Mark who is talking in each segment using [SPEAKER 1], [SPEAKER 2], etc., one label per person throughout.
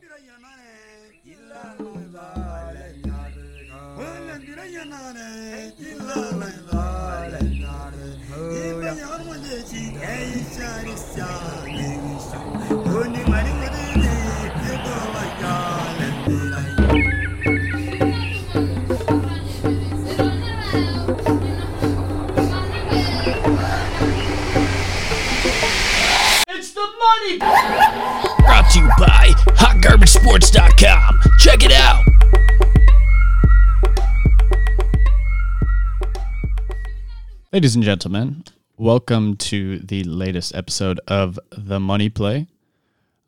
[SPEAKER 1] திரையனே இல்லாமைதாலை நாடு வேலன் திரையனானே இல்லாமைதாலை நாடு இப்ப யார் மஞ்சள் ஒன்னு மணி Madurai
[SPEAKER 2] It's the money.
[SPEAKER 3] Brought to you by HotGarbageSports.com. Check it out.
[SPEAKER 4] Ladies and gentlemen, welcome to the latest episode of The Money Play.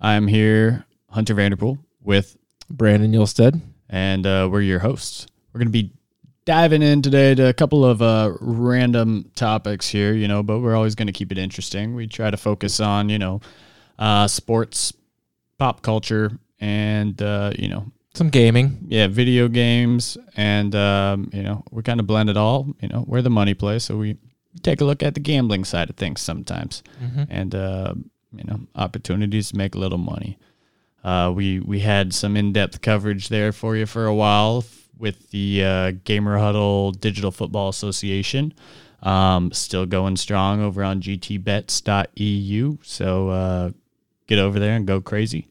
[SPEAKER 4] I'm here, Hunter Vanderpool, with,
[SPEAKER 5] Brandon Yulstead.
[SPEAKER 4] and uh, we're your hosts. We're going to be diving in today to a couple of uh, random topics here, you know, but we're always going to keep it interesting. We try to focus on, you know, uh, sports, pop culture, and, uh, you know,
[SPEAKER 5] Some gaming.
[SPEAKER 4] yeah, video games, and um, you know, we kind of blend it all. You know, we're the money play, so we take a look at the gambling side of things sometimes, and uh, you know, opportunities to make a little money. Uh, we we had some in depth coverage there for you for a while f- with the uh, Gamer Huddle Digital Football Association. Um, still going strong over on gtbets.eu. E So uh, get over there and go crazy.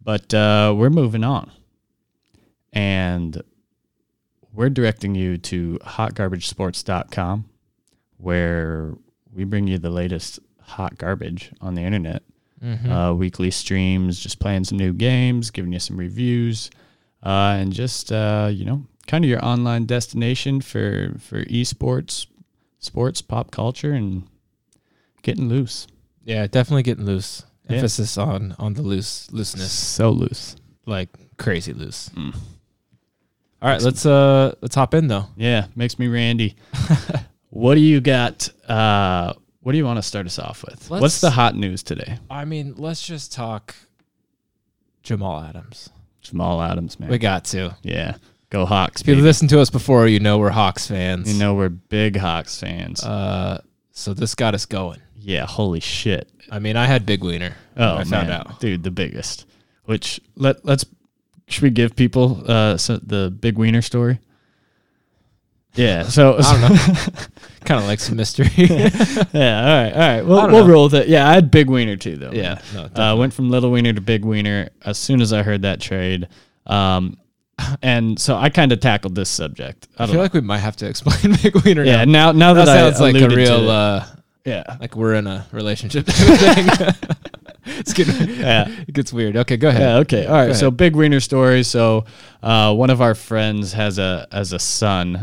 [SPEAKER 4] But uh, we're moving on and we're directing you to hotgarbagesports.com where we bring you the latest hot garbage on the internet uh, weekly streams just playing some new games giving you some reviews uh, and just uh, you know kind of your online destination for for esports sports pop culture and getting loose
[SPEAKER 5] Yeah, definitely getting loose.
[SPEAKER 4] Yeah.
[SPEAKER 5] Emphasis on on the loose looseness,
[SPEAKER 4] so loose
[SPEAKER 5] like crazy loose.
[SPEAKER 4] Mm.
[SPEAKER 5] All right, let's uh let's hop in though.
[SPEAKER 4] yeah makes me randy what do you got uh, what do you want to start us off with what's
[SPEAKER 5] Let's-
[SPEAKER 4] the hot news today
[SPEAKER 5] I mean, let's just talk Jamal Adams.
[SPEAKER 4] Jamal Adams, man.
[SPEAKER 5] We got to.
[SPEAKER 4] yeah, go Hawks.
[SPEAKER 5] If you
[SPEAKER 4] baby.
[SPEAKER 5] listened to us before, you know we're Hawks fans.
[SPEAKER 4] You know we're big Hawks fans.
[SPEAKER 5] Uh, so this got us going.
[SPEAKER 4] yeah, holy shit.
[SPEAKER 5] I mean, I had Big Wiener. when
[SPEAKER 4] Oh,
[SPEAKER 5] I found
[SPEAKER 4] man.
[SPEAKER 5] out.
[SPEAKER 4] dude, the biggest. Which let let's should we give people uh so the big wiener story? Yeah, so,
[SPEAKER 5] Kind of like some mystery.
[SPEAKER 4] yeah, all right, all right,
[SPEAKER 5] I
[SPEAKER 4] we'll,
[SPEAKER 5] don't
[SPEAKER 4] we'll
[SPEAKER 5] know.
[SPEAKER 4] roll with it. Yeah, I had big wiener too, though.
[SPEAKER 5] Yeah, no,
[SPEAKER 4] man. uh, went from little wiener to big wiener as soon as I heard that trade. Um, and so I kind of tackled this subject. I
[SPEAKER 5] I
[SPEAKER 4] don't
[SPEAKER 5] feel
[SPEAKER 4] know.
[SPEAKER 5] like we might have to explain Big Wiener.
[SPEAKER 4] yeah,
[SPEAKER 5] now.
[SPEAKER 4] now now that,
[SPEAKER 5] that sounds
[SPEAKER 4] I
[SPEAKER 5] like a
[SPEAKER 4] alluded to
[SPEAKER 5] real
[SPEAKER 4] it-
[SPEAKER 5] uh,
[SPEAKER 4] yeah,
[SPEAKER 5] like we're in a relationship type of thing. it's getting it gets weird. Okay, go ahead.
[SPEAKER 4] Yeah. Okay. All
[SPEAKER 5] Go
[SPEAKER 4] right. So
[SPEAKER 5] ahead.
[SPEAKER 4] big wiener story. So uh, one of our friends has a has a son.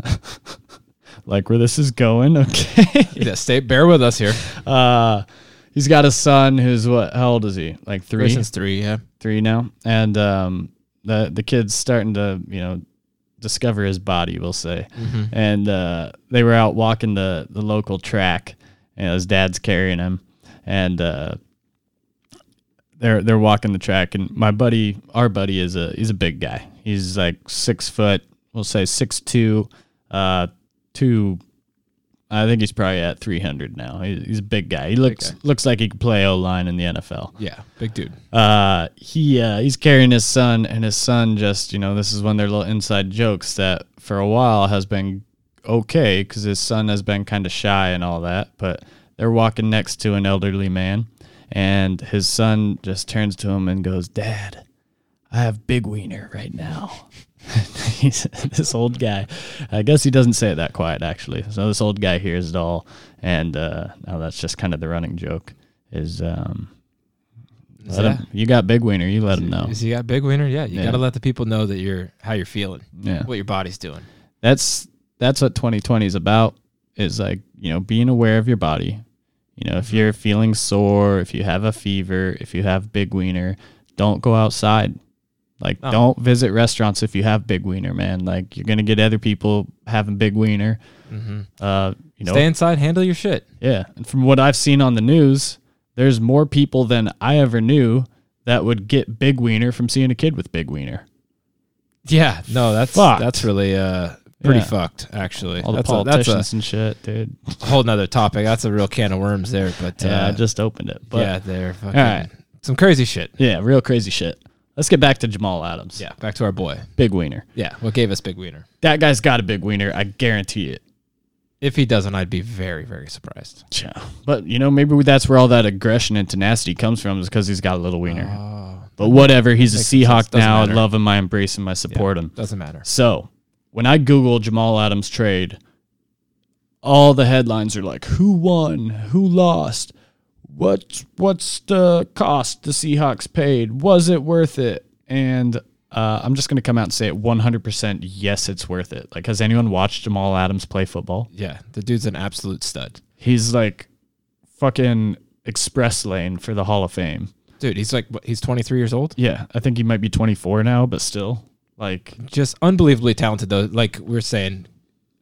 [SPEAKER 4] like where this is going. Okay.
[SPEAKER 5] yeah, stay bear with us here.
[SPEAKER 4] uh, he's got a son who's what? How old is he? Like three.
[SPEAKER 5] Since three, yeah.
[SPEAKER 4] Three now. And um, the the kid's starting to you know discover his body. We'll say.
[SPEAKER 5] Mm-hmm.
[SPEAKER 4] And uh, they were out walking the the local track. And his dad's carrying him. And uh, they're they're walking the track and my buddy our buddy is a he's a big guy he's like six foot we'll say six two uh two i think he's probably at 300 now He- he's a big guy he looks
[SPEAKER 5] guy.
[SPEAKER 4] looks like he could play o-line in the nfl
[SPEAKER 5] Yeah, big dude.
[SPEAKER 4] uh, he uh, he's carrying his son, and his son just you know this is one of their little inside jokes that for a while has been okay because his son has been kind of shy and all that, but they're walking next to an elderly man, and his son just turns to him and goes, "Dad, I have big wiener right now." He's this old guy. I guess he doesn't say it that quiet actually. So this old guy hears it all, and uh, now that's just kind of the running joke. Is um, let
[SPEAKER 5] Yeah.
[SPEAKER 4] him, you got big wiener. You let him know.
[SPEAKER 5] Is you got big wiener? Yeah, you
[SPEAKER 4] Yeah.
[SPEAKER 5] gotta let the people know that you're how you're feeling.
[SPEAKER 4] Yeah.
[SPEAKER 5] What your body's doing.
[SPEAKER 4] That's that's what 2020 is about. Is like you know being aware of your body. You know if
[SPEAKER 5] Mm-hmm.
[SPEAKER 4] you're feeling sore, if you have a fever, if you have big wiener, don't go outside. Like
[SPEAKER 5] No.
[SPEAKER 4] don't visit restaurants if you have big wiener, man. Like you're gonna get other people having big wiener.
[SPEAKER 5] Mm-hmm.
[SPEAKER 4] Uh, you know,
[SPEAKER 5] Stay inside, handle your shit.
[SPEAKER 4] Yeah. And from what I've seen on the news, there's more people than I ever knew that would get big wiener from seeing a kid with big wiener.
[SPEAKER 5] Yeah. No, that's
[SPEAKER 4] Fucked.
[SPEAKER 5] that's really uh pretty
[SPEAKER 4] Yeah.
[SPEAKER 5] fucked actually.
[SPEAKER 4] All the
[SPEAKER 5] that's a, that's
[SPEAKER 4] politicians
[SPEAKER 5] a
[SPEAKER 4] and shit, dude.
[SPEAKER 5] whole nother topic. That's a real can of worms there. But uh,
[SPEAKER 4] Yeah, I just opened it. But
[SPEAKER 5] yeah,
[SPEAKER 4] yeah,
[SPEAKER 5] they're fucking
[SPEAKER 4] right.
[SPEAKER 5] some crazy shit.
[SPEAKER 4] real crazy shit. Let's get back to Jamal Adams.
[SPEAKER 5] Yeah, back to our boy.
[SPEAKER 4] Big wiener.
[SPEAKER 5] Yeah, what gave us Big Wiener?
[SPEAKER 4] That guy's got a big wiener. I guarantee it.
[SPEAKER 5] If he doesn't, I'd be very, very surprised.
[SPEAKER 4] Yeah. But, you know, maybe that's where all that aggression and tenacity comes from is because he's got a little wiener. but whatever. He's a
[SPEAKER 5] Oh. sense.
[SPEAKER 4] Seahawk
[SPEAKER 5] Doesn't
[SPEAKER 4] now.
[SPEAKER 5] matter.
[SPEAKER 4] I love him. I embrace him. I support him.
[SPEAKER 5] Doesn't matter.
[SPEAKER 4] So when I Google Jamal Adams trade, all the headlines are like, who won? Who lost? What what's the cost the Seahawks paid? Was it worth it? And uh, I'm just gonna come out and say it 100%. Yes, it's worth it. Like, has anyone watched Jamal Adams play football?
[SPEAKER 5] Yeah, the dude's an absolute stud.
[SPEAKER 4] He's like fucking express lane for the Hall of Fame.
[SPEAKER 5] Dude, he's like what, he's 23 years old.
[SPEAKER 4] Yeah, I think he might be 24 now, but still, like,
[SPEAKER 5] Just unbelievably talented though. Like we are saying,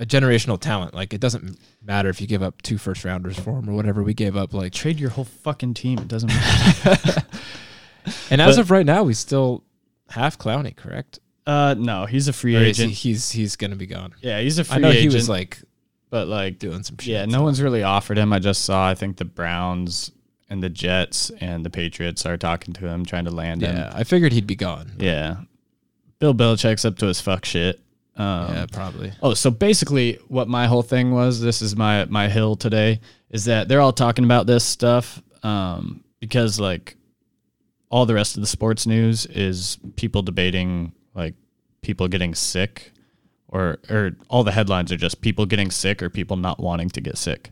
[SPEAKER 5] a generational talent. Like it doesn't matter if you give up two first rounders for him or whatever we gave up. Like
[SPEAKER 4] trade your whole fucking team. It doesn't matter.
[SPEAKER 5] and as of right now, he's still half clowny, correct?
[SPEAKER 4] Uh, no, he's a free
[SPEAKER 5] Or is he-
[SPEAKER 4] agent.
[SPEAKER 5] he's he's gonna be gone.
[SPEAKER 4] yeah, he's a free
[SPEAKER 5] I know
[SPEAKER 4] agent.
[SPEAKER 5] he was like
[SPEAKER 4] but like,
[SPEAKER 5] doing some shit.
[SPEAKER 4] yeah, no one's really offered him. I just saw, I think the Browns and the Jets and the Patriots are talking to him, trying to land
[SPEAKER 5] Yeah,
[SPEAKER 4] him.
[SPEAKER 5] I figured he'd be gone.
[SPEAKER 4] Yeah, Bill Belichick's up to his fuck shit. Um,
[SPEAKER 5] yeah, probably.
[SPEAKER 4] Oh, so basically, what my whole thing was, this is my my hill today, is that they're all talking about this stuff um, because like all the rest of the sports news is people debating like people getting sick, or or all the headlines are just people getting sick or people not wanting to get sick.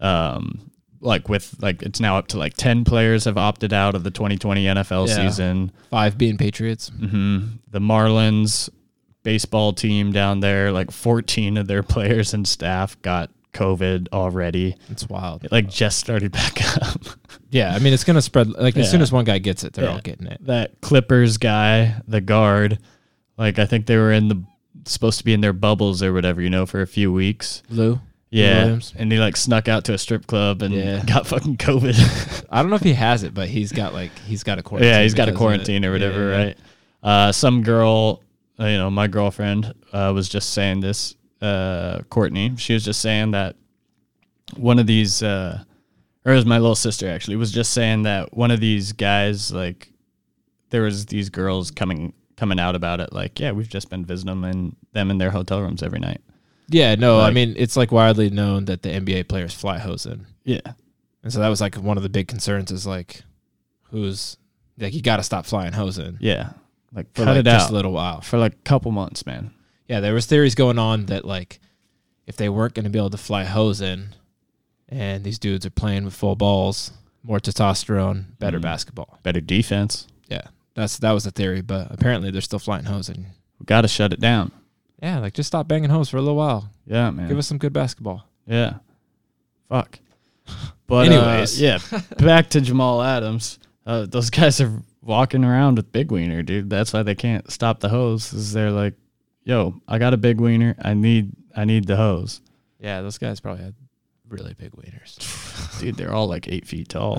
[SPEAKER 4] Um, like with like it's now up to like ten players have opted out of the 2020 NFL
[SPEAKER 5] Yeah.
[SPEAKER 4] season
[SPEAKER 5] Five being Patriots.
[SPEAKER 4] Mm. the Marlins baseball team down there, like 14 of their players and staff got COVID already.
[SPEAKER 5] It's wild.
[SPEAKER 4] It like just started back up.
[SPEAKER 5] Yeah, I mean it's gonna spread. Like as soon
[SPEAKER 4] Yeah.
[SPEAKER 5] as one guy gets it, they're all
[SPEAKER 4] Yeah.
[SPEAKER 5] getting it.
[SPEAKER 4] that Clippers guy, the guard, like I think they were in the supposed to be in their bubbles or whatever, you know, for a few weeks.
[SPEAKER 5] Lou.
[SPEAKER 4] Yeah.
[SPEAKER 5] Williams.
[SPEAKER 4] And he like snuck out to a strip club and
[SPEAKER 5] Yeah.
[SPEAKER 4] got fucking COVID.
[SPEAKER 5] I don't know if he has it, but he's got like he's got a quarantine.
[SPEAKER 4] Yeah, he's got a
[SPEAKER 5] because of it.
[SPEAKER 4] quarantine or whatever,
[SPEAKER 5] Yeah, yeah.
[SPEAKER 4] right? Uh, some girl, uh, you know, my girlfriend uh, was just saying this, uh, Courtney. She was just saying that one of these, uh, or it was my little sister actually, was just saying that one of these guys, like, there was these girls coming coming out about it, like, yeah, we've just been visiting them in, them in their hotel rooms every night.
[SPEAKER 5] Yeah, no, I
[SPEAKER 4] Like-
[SPEAKER 5] mean it's like widely known that the NBA players fly hose in,
[SPEAKER 4] Yeah,
[SPEAKER 5] and so that was like one of the big concerns is like, who's like you got to stop flying hose in
[SPEAKER 4] yeah, like
[SPEAKER 5] for
[SPEAKER 4] cut
[SPEAKER 5] like
[SPEAKER 4] it
[SPEAKER 5] just
[SPEAKER 4] out
[SPEAKER 5] a little while.
[SPEAKER 4] for like a couple months, man.
[SPEAKER 5] Yeah, there was theories going on that like if they weren't going to be able to fly hose in, and these dudes are playing with full balls, more testosterone,
[SPEAKER 4] Mm.
[SPEAKER 5] better basketball.
[SPEAKER 4] Better defense.
[SPEAKER 5] Yeah, that's that was the theory, but apparently they're still flying hose in.
[SPEAKER 4] We got to shut it down.
[SPEAKER 5] Yeah, like just stop banging hose for a little while.
[SPEAKER 4] Yeah, man.
[SPEAKER 5] Give us some good basketball.
[SPEAKER 4] Yeah. Fuck. But anyways,
[SPEAKER 5] Anyways.
[SPEAKER 4] yeah. Back to Jamal Adams. Uh, those guys are walking around with big wiener, dude. That's why they can't stop the hose. Is they're like, yo, I got a big wiener. I need, I need the hose,
[SPEAKER 5] Yeah, those guys probably had really big wieners.
[SPEAKER 4] dude. They're all like eight feet tall.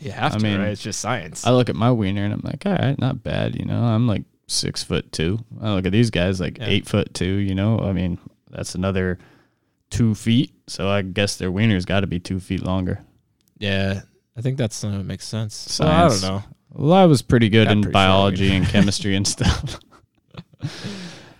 [SPEAKER 5] you have
[SPEAKER 4] I
[SPEAKER 5] to,
[SPEAKER 4] mean,
[SPEAKER 5] right? It's just science.
[SPEAKER 4] I look at my wiener and I'm like, all right, not bad, you know. I'm like six foot two. I look at these guys like
[SPEAKER 5] Yeah.
[SPEAKER 4] eight foot two, you know. I mean, that's another two feet. So I guess their wiener's got to be two feet longer.
[SPEAKER 5] yeah, I think that's uh, makes sense. Well,
[SPEAKER 4] Science.
[SPEAKER 5] I don't know.
[SPEAKER 4] Well, I was pretty good
[SPEAKER 5] Got
[SPEAKER 4] in
[SPEAKER 5] pretty
[SPEAKER 4] biology and chemistry and stuff.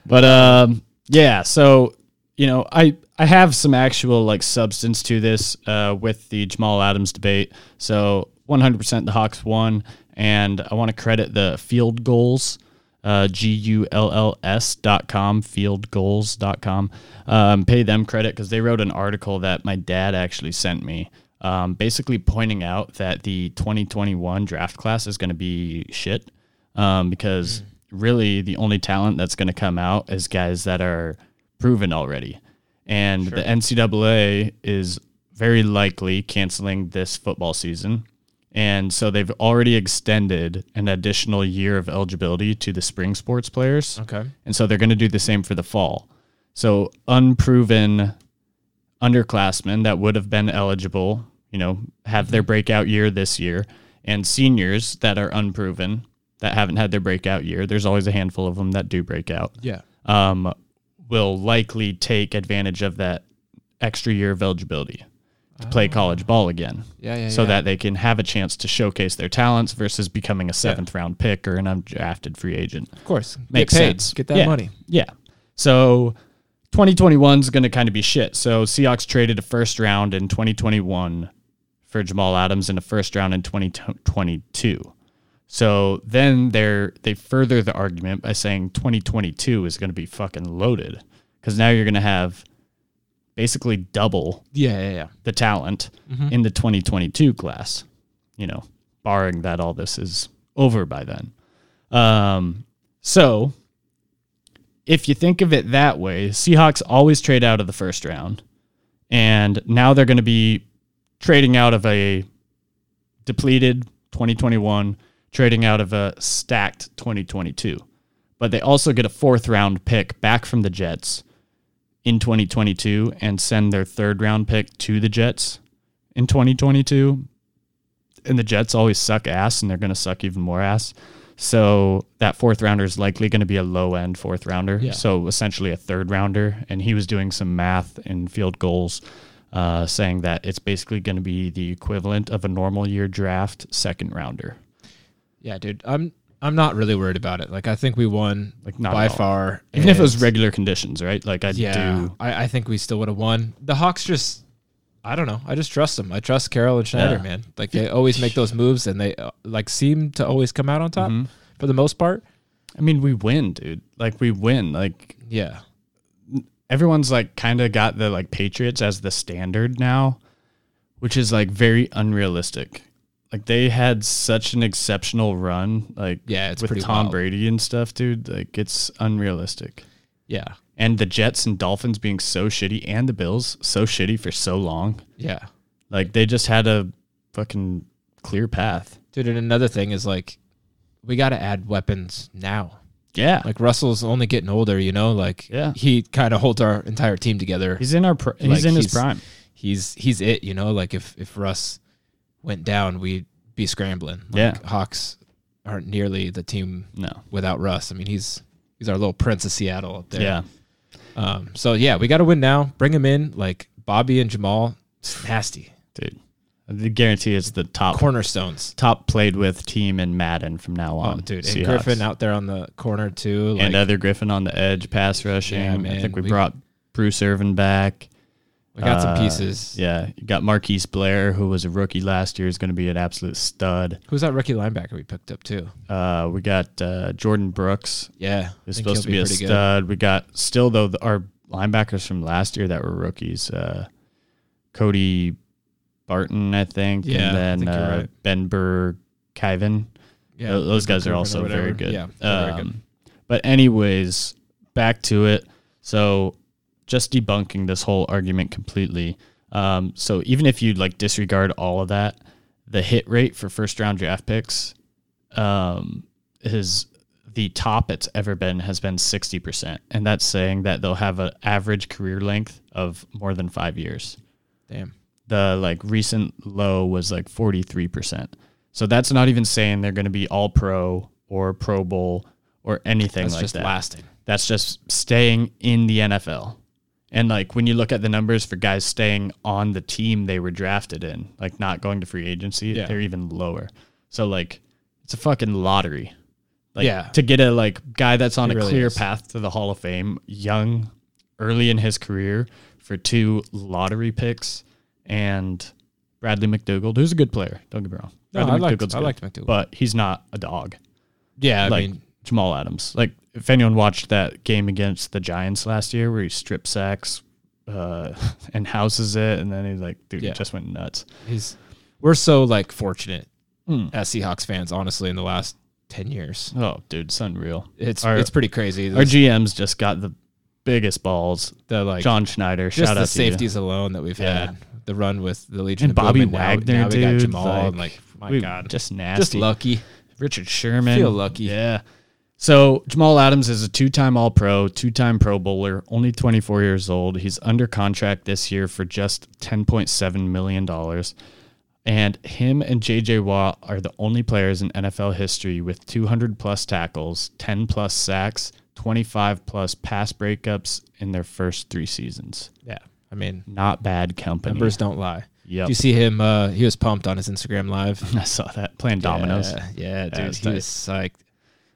[SPEAKER 4] but um, yeah, so you know, I I have some actual like substance to this uh, with the Jamal Adams debate. So 100% the Hawks won, and I want to credit the field goals. Uh, G-U-L-L-S dot com, field goals dot com. Um, pay them credit because they wrote an article that my dad actually sent me um, basically pointing out that the 2021 draft class is going to be shit um, because really the only talent that's going to come out is guys that are proven already. And the NCAA is very likely canceling this football season. And so they've already extended an additional year of eligibility to the spring sports players.
[SPEAKER 5] Okay.
[SPEAKER 4] And so they're going to do the same for the fall. So unproven underclassmen that would have been eligible, you know, have their breakout year this year, and seniors that are unproven that haven't had their breakout year. There's always a handful of them that do break out.
[SPEAKER 5] Yeah.
[SPEAKER 4] Um, will likely take advantage of that extra year of eligibility. to play college ball again.
[SPEAKER 5] Yeah, Ah. yeah,
[SPEAKER 4] So
[SPEAKER 5] yeah.
[SPEAKER 4] that they can have a chance to showcase their talents versus becoming a seventh round pick or an undrafted free agent.
[SPEAKER 5] Of course.
[SPEAKER 4] Makes
[SPEAKER 5] Get paid.
[SPEAKER 4] sense.
[SPEAKER 5] Get that
[SPEAKER 4] Yeah.
[SPEAKER 5] money.
[SPEAKER 4] Yeah. So 2021 is going to kind of be shit. So Seahawks traded a first round in 2021 for Jamal Adams and a first round in 2022. So then they're they further the argument by saying 2022 is going to be fucking loaded because now you're going to have basically double
[SPEAKER 5] Yeah, yeah, yeah.
[SPEAKER 4] the talent in the 2022 class, you know, barring that all this is over by then. Um, so if you think of it that way, Seahawks always trade out of the first round, and now they're going to be trading out of a depleted 2021, trading out of a stacked 2022. But they also get a fourth round pick back from the Jets in 2022 and send their third round pick to the Jets in 2022. And the Jets always suck ass and they're going to suck even more ass. So that fourth rounder is likely going to be a low end fourth rounder.
[SPEAKER 5] Yeah.
[SPEAKER 4] So essentially a third rounder. And he was doing some math in field goals. Uh, saying that it's basically going to be the equivalent of a normal year draft second rounder.
[SPEAKER 5] Yeah, dude. I'm I'm not really worried about it. Like I think we won
[SPEAKER 4] Like, not
[SPEAKER 5] by
[SPEAKER 4] at all.
[SPEAKER 5] far.
[SPEAKER 4] Even if it was
[SPEAKER 5] and-
[SPEAKER 4] regular conditions, right? Like I
[SPEAKER 5] Yeah,
[SPEAKER 4] do.
[SPEAKER 5] I, I think we still would have won. The Hawks just, I don't know. I just trust them. I trust Carroll and Schneider,
[SPEAKER 4] Yeah.
[SPEAKER 5] man. Like they always make those moves, and they uh, like seem to always come out on top
[SPEAKER 4] Mm-hmm.
[SPEAKER 5] for the most part.
[SPEAKER 4] I mean, we win, dude. Like we win. Like
[SPEAKER 5] Yeah,
[SPEAKER 4] everyone's like kind of got the like Patriots as the standard now, which is like very unrealistic. Like they had such an exceptional run, like
[SPEAKER 5] Yeah, it's
[SPEAKER 4] with
[SPEAKER 5] pretty
[SPEAKER 4] Tom
[SPEAKER 5] wild.
[SPEAKER 4] Brady and stuff, dude. Like it's unrealistic.
[SPEAKER 5] yeah,
[SPEAKER 4] And the Jets and Dolphins being so shitty, and the Bills so shitty for so long.
[SPEAKER 5] yeah,
[SPEAKER 4] Like they just had a fucking clear path.
[SPEAKER 5] dude. And another thing is like, we got to add weapons now.
[SPEAKER 4] Yeah,
[SPEAKER 5] Like Russell's only getting older, you know. Like
[SPEAKER 4] Yeah.
[SPEAKER 5] he kind of holds our entire team together.
[SPEAKER 4] he's in our pr- he's
[SPEAKER 5] Like,
[SPEAKER 4] in his
[SPEAKER 5] he's-
[SPEAKER 4] prime.
[SPEAKER 5] he's he's it, you know. Like if if Russ went down, we'd be scrambling. Like
[SPEAKER 4] Yeah.
[SPEAKER 5] Hawks aren't nearly the team
[SPEAKER 4] No,
[SPEAKER 5] without Russ. I mean, he's he's our little prince of Seattle up there.
[SPEAKER 4] yeah,
[SPEAKER 5] Um. So yeah, we got to win now. Bring him in, like Bobby and Jamal. Nasty
[SPEAKER 4] dude. I guarantee it's the top
[SPEAKER 5] cornerstones.
[SPEAKER 4] top played with team in Madden from now on.
[SPEAKER 5] Oh, dude, and
[SPEAKER 4] Mm, Seahawks.
[SPEAKER 5] Griffin out there on the corner too. Like,
[SPEAKER 4] and other Griffin on the edge, pass rushing.
[SPEAKER 5] Yeah, man,
[SPEAKER 4] I think we,
[SPEAKER 5] we-
[SPEAKER 4] brought Bruce Irvin back.
[SPEAKER 5] we got
[SPEAKER 4] Uh,
[SPEAKER 5] some pieces.
[SPEAKER 4] Yeah, you got Marquise Blair, who was a rookie last year, is going to be an absolute stud.
[SPEAKER 5] Who's that rookie linebacker we picked up too?
[SPEAKER 4] Uh, we got uh, Jordan Brooks,
[SPEAKER 5] Yeah,
[SPEAKER 4] who's
[SPEAKER 5] I think
[SPEAKER 4] supposed to
[SPEAKER 5] he'll
[SPEAKER 4] be, a
[SPEAKER 5] pretty good.
[SPEAKER 4] stud. We got still though the, our linebackers from last year that were rookies, uh, Cody Barton, I think,
[SPEAKER 5] Yeah, I
[SPEAKER 4] and then
[SPEAKER 5] think you're
[SPEAKER 4] uh,
[SPEAKER 5] right.
[SPEAKER 4] Ben Burr, Kyvan.
[SPEAKER 5] Yeah,
[SPEAKER 4] Tho- those guys are
[SPEAKER 5] Griffin or
[SPEAKER 4] also very
[SPEAKER 5] whatever.
[SPEAKER 4] good.
[SPEAKER 5] Yeah, they're very good.
[SPEAKER 4] Um, But anyways, back to it. So just debunking this whole argument completely. Um, so even if you like disregard all of that, the hit rate for first round draft picks um, is the top it's ever been has been 60%. And that's saying that they'll have an average career length of more than five years
[SPEAKER 5] damn.
[SPEAKER 4] the like recent low was like 43%. So that's not even saying they're going to be all pro or pro bowl or anything
[SPEAKER 5] That's
[SPEAKER 4] like
[SPEAKER 5] just
[SPEAKER 4] that.
[SPEAKER 5] lasting.
[SPEAKER 4] That's just staying in the NFL. And like when you look at the numbers for guys staying on the team they were drafted in, like not going to free agency,
[SPEAKER 5] Yeah.
[SPEAKER 4] they're even lower. So like it's a fucking lottery. Like
[SPEAKER 5] Yeah.
[SPEAKER 4] to get a like guy that's on
[SPEAKER 5] It
[SPEAKER 4] a
[SPEAKER 5] really
[SPEAKER 4] clear
[SPEAKER 5] is.
[SPEAKER 4] path to the Hall of Fame, young, early in his career for two lottery picks and Bradley McDougald, who's a good player, don't get me wrong.
[SPEAKER 5] No,
[SPEAKER 4] Bradley
[SPEAKER 5] I liked-
[SPEAKER 4] McDougald's
[SPEAKER 5] I
[SPEAKER 4] good,
[SPEAKER 5] liked McDougald.
[SPEAKER 4] But he's not a dog
[SPEAKER 5] Yeah, I
[SPEAKER 4] like
[SPEAKER 5] mean,
[SPEAKER 4] Jamal Adams. Like if anyone watched that game against the Giants last year where he strip sacks uh, and houses it, and then he like dude
[SPEAKER 5] Yeah.
[SPEAKER 4] just went nuts.
[SPEAKER 5] he's we're so like fortunate
[SPEAKER 4] Hmm.
[SPEAKER 5] as Seahawks fans, honestly, in the last ten years.
[SPEAKER 4] Oh, dude, it's unreal.
[SPEAKER 5] It's
[SPEAKER 4] our,
[SPEAKER 5] it's pretty crazy.
[SPEAKER 4] our
[SPEAKER 5] The,
[SPEAKER 4] GMs just got the biggest balls.
[SPEAKER 5] the, like
[SPEAKER 4] John Schneider,
[SPEAKER 5] just
[SPEAKER 4] shout
[SPEAKER 5] the
[SPEAKER 4] out to you.
[SPEAKER 5] safeties alone that we've
[SPEAKER 4] Yeah.
[SPEAKER 5] had. The run with the Legion
[SPEAKER 4] And
[SPEAKER 5] of
[SPEAKER 4] Bobby
[SPEAKER 5] Boom, now-
[SPEAKER 4] Wagner,
[SPEAKER 5] now, we
[SPEAKER 4] dude,
[SPEAKER 5] got Jamal,
[SPEAKER 4] like,
[SPEAKER 5] and like my
[SPEAKER 4] We-
[SPEAKER 5] God,
[SPEAKER 4] just nasty,
[SPEAKER 5] just lucky.
[SPEAKER 4] Richard Sherman.
[SPEAKER 5] Feel lucky.
[SPEAKER 4] Yeah. So Jamal Adams is a two-time All-Pro, two-time Pro Bowler, only 24 years old. He's under contract this year for just 10.7 million dollars, and him and J.J. Watt are the only players in NFL history with 200 plus tackles, 10 plus sacks, 25 plus pass breakups in their first three seasons.
[SPEAKER 5] Yeah, I mean
[SPEAKER 4] Not bad company.
[SPEAKER 5] numbers don't lie.
[SPEAKER 4] Yep.
[SPEAKER 5] Did you see him? Uh, he was pumped on his Instagram live.
[SPEAKER 4] I saw that playing dominoes.
[SPEAKER 5] Yeah, yeah dude.
[SPEAKER 4] it's
[SPEAKER 5] he was psyched.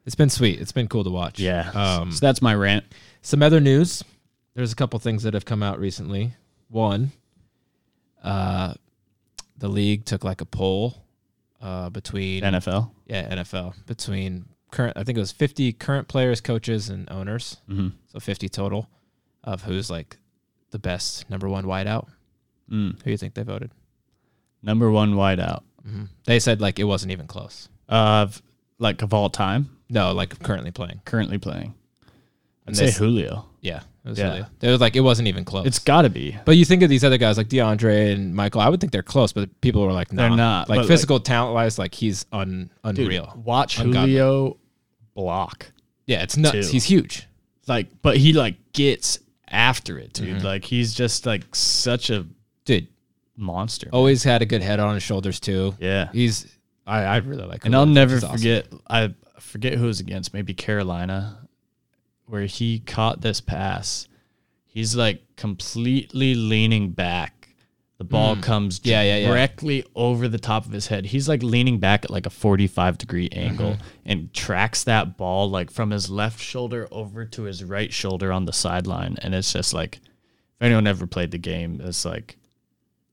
[SPEAKER 5] It's been sweet. It's been cool to watch.
[SPEAKER 4] Yeah.
[SPEAKER 5] Um,
[SPEAKER 4] so that's my rant.
[SPEAKER 5] some other news. There's a couple things that have come out recently. One, uh, the league took like a poll uh, between
[SPEAKER 4] NFL.
[SPEAKER 5] yeah NFL between current. I think it was 50 current players, coaches, and owners.
[SPEAKER 4] Mhm.
[SPEAKER 5] So 50 total of who's like the best number one wideout.
[SPEAKER 4] Mm.
[SPEAKER 5] Who do you think they voted?
[SPEAKER 4] Number one wideout
[SPEAKER 5] They said like it wasn't even close.
[SPEAKER 4] of like of all time,
[SPEAKER 5] No, like currently playing.
[SPEAKER 4] currently playing. I'd
[SPEAKER 5] And
[SPEAKER 4] say
[SPEAKER 5] this-
[SPEAKER 4] Julio.
[SPEAKER 5] Yeah, it was
[SPEAKER 4] Yeah.
[SPEAKER 5] really. It was like it wasn't even close.
[SPEAKER 4] It's got to be.
[SPEAKER 5] But you think of these other guys like DeAndre and Michael. I would think they're close, but people were like, nah.
[SPEAKER 4] They're not, but,
[SPEAKER 5] Like
[SPEAKER 4] like-
[SPEAKER 5] physical talent wise, like he's un
[SPEAKER 4] Dude,
[SPEAKER 5] unreal.
[SPEAKER 4] Watch
[SPEAKER 5] Ungodly.
[SPEAKER 4] Julio block.
[SPEAKER 5] Yeah, it's nuts.
[SPEAKER 4] Two.
[SPEAKER 5] He's huge.
[SPEAKER 4] Like, but he like gets after it, dude.
[SPEAKER 5] Mm-hmm.
[SPEAKER 4] Like he's just like such a
[SPEAKER 5] Dude,
[SPEAKER 4] monster.
[SPEAKER 5] always had a good head on his shoulders too.
[SPEAKER 4] yeah.
[SPEAKER 5] He's I, I really like him.
[SPEAKER 4] And I'll never
[SPEAKER 5] He's awesome.
[SPEAKER 4] forget. I forget who it was against. Maybe Carolina, where he caught this pass. He's like completely leaning back. The ball comes
[SPEAKER 5] Mm. Yeah, yeah, yeah.
[SPEAKER 4] directly over the top of his head. He's like leaning back at like a 45 degree
[SPEAKER 5] Mm-hmm.
[SPEAKER 4] angle and tracks that ball like from his left shoulder over to his right shoulder on the sideline. And it's just like, if anyone ever played the game, it's like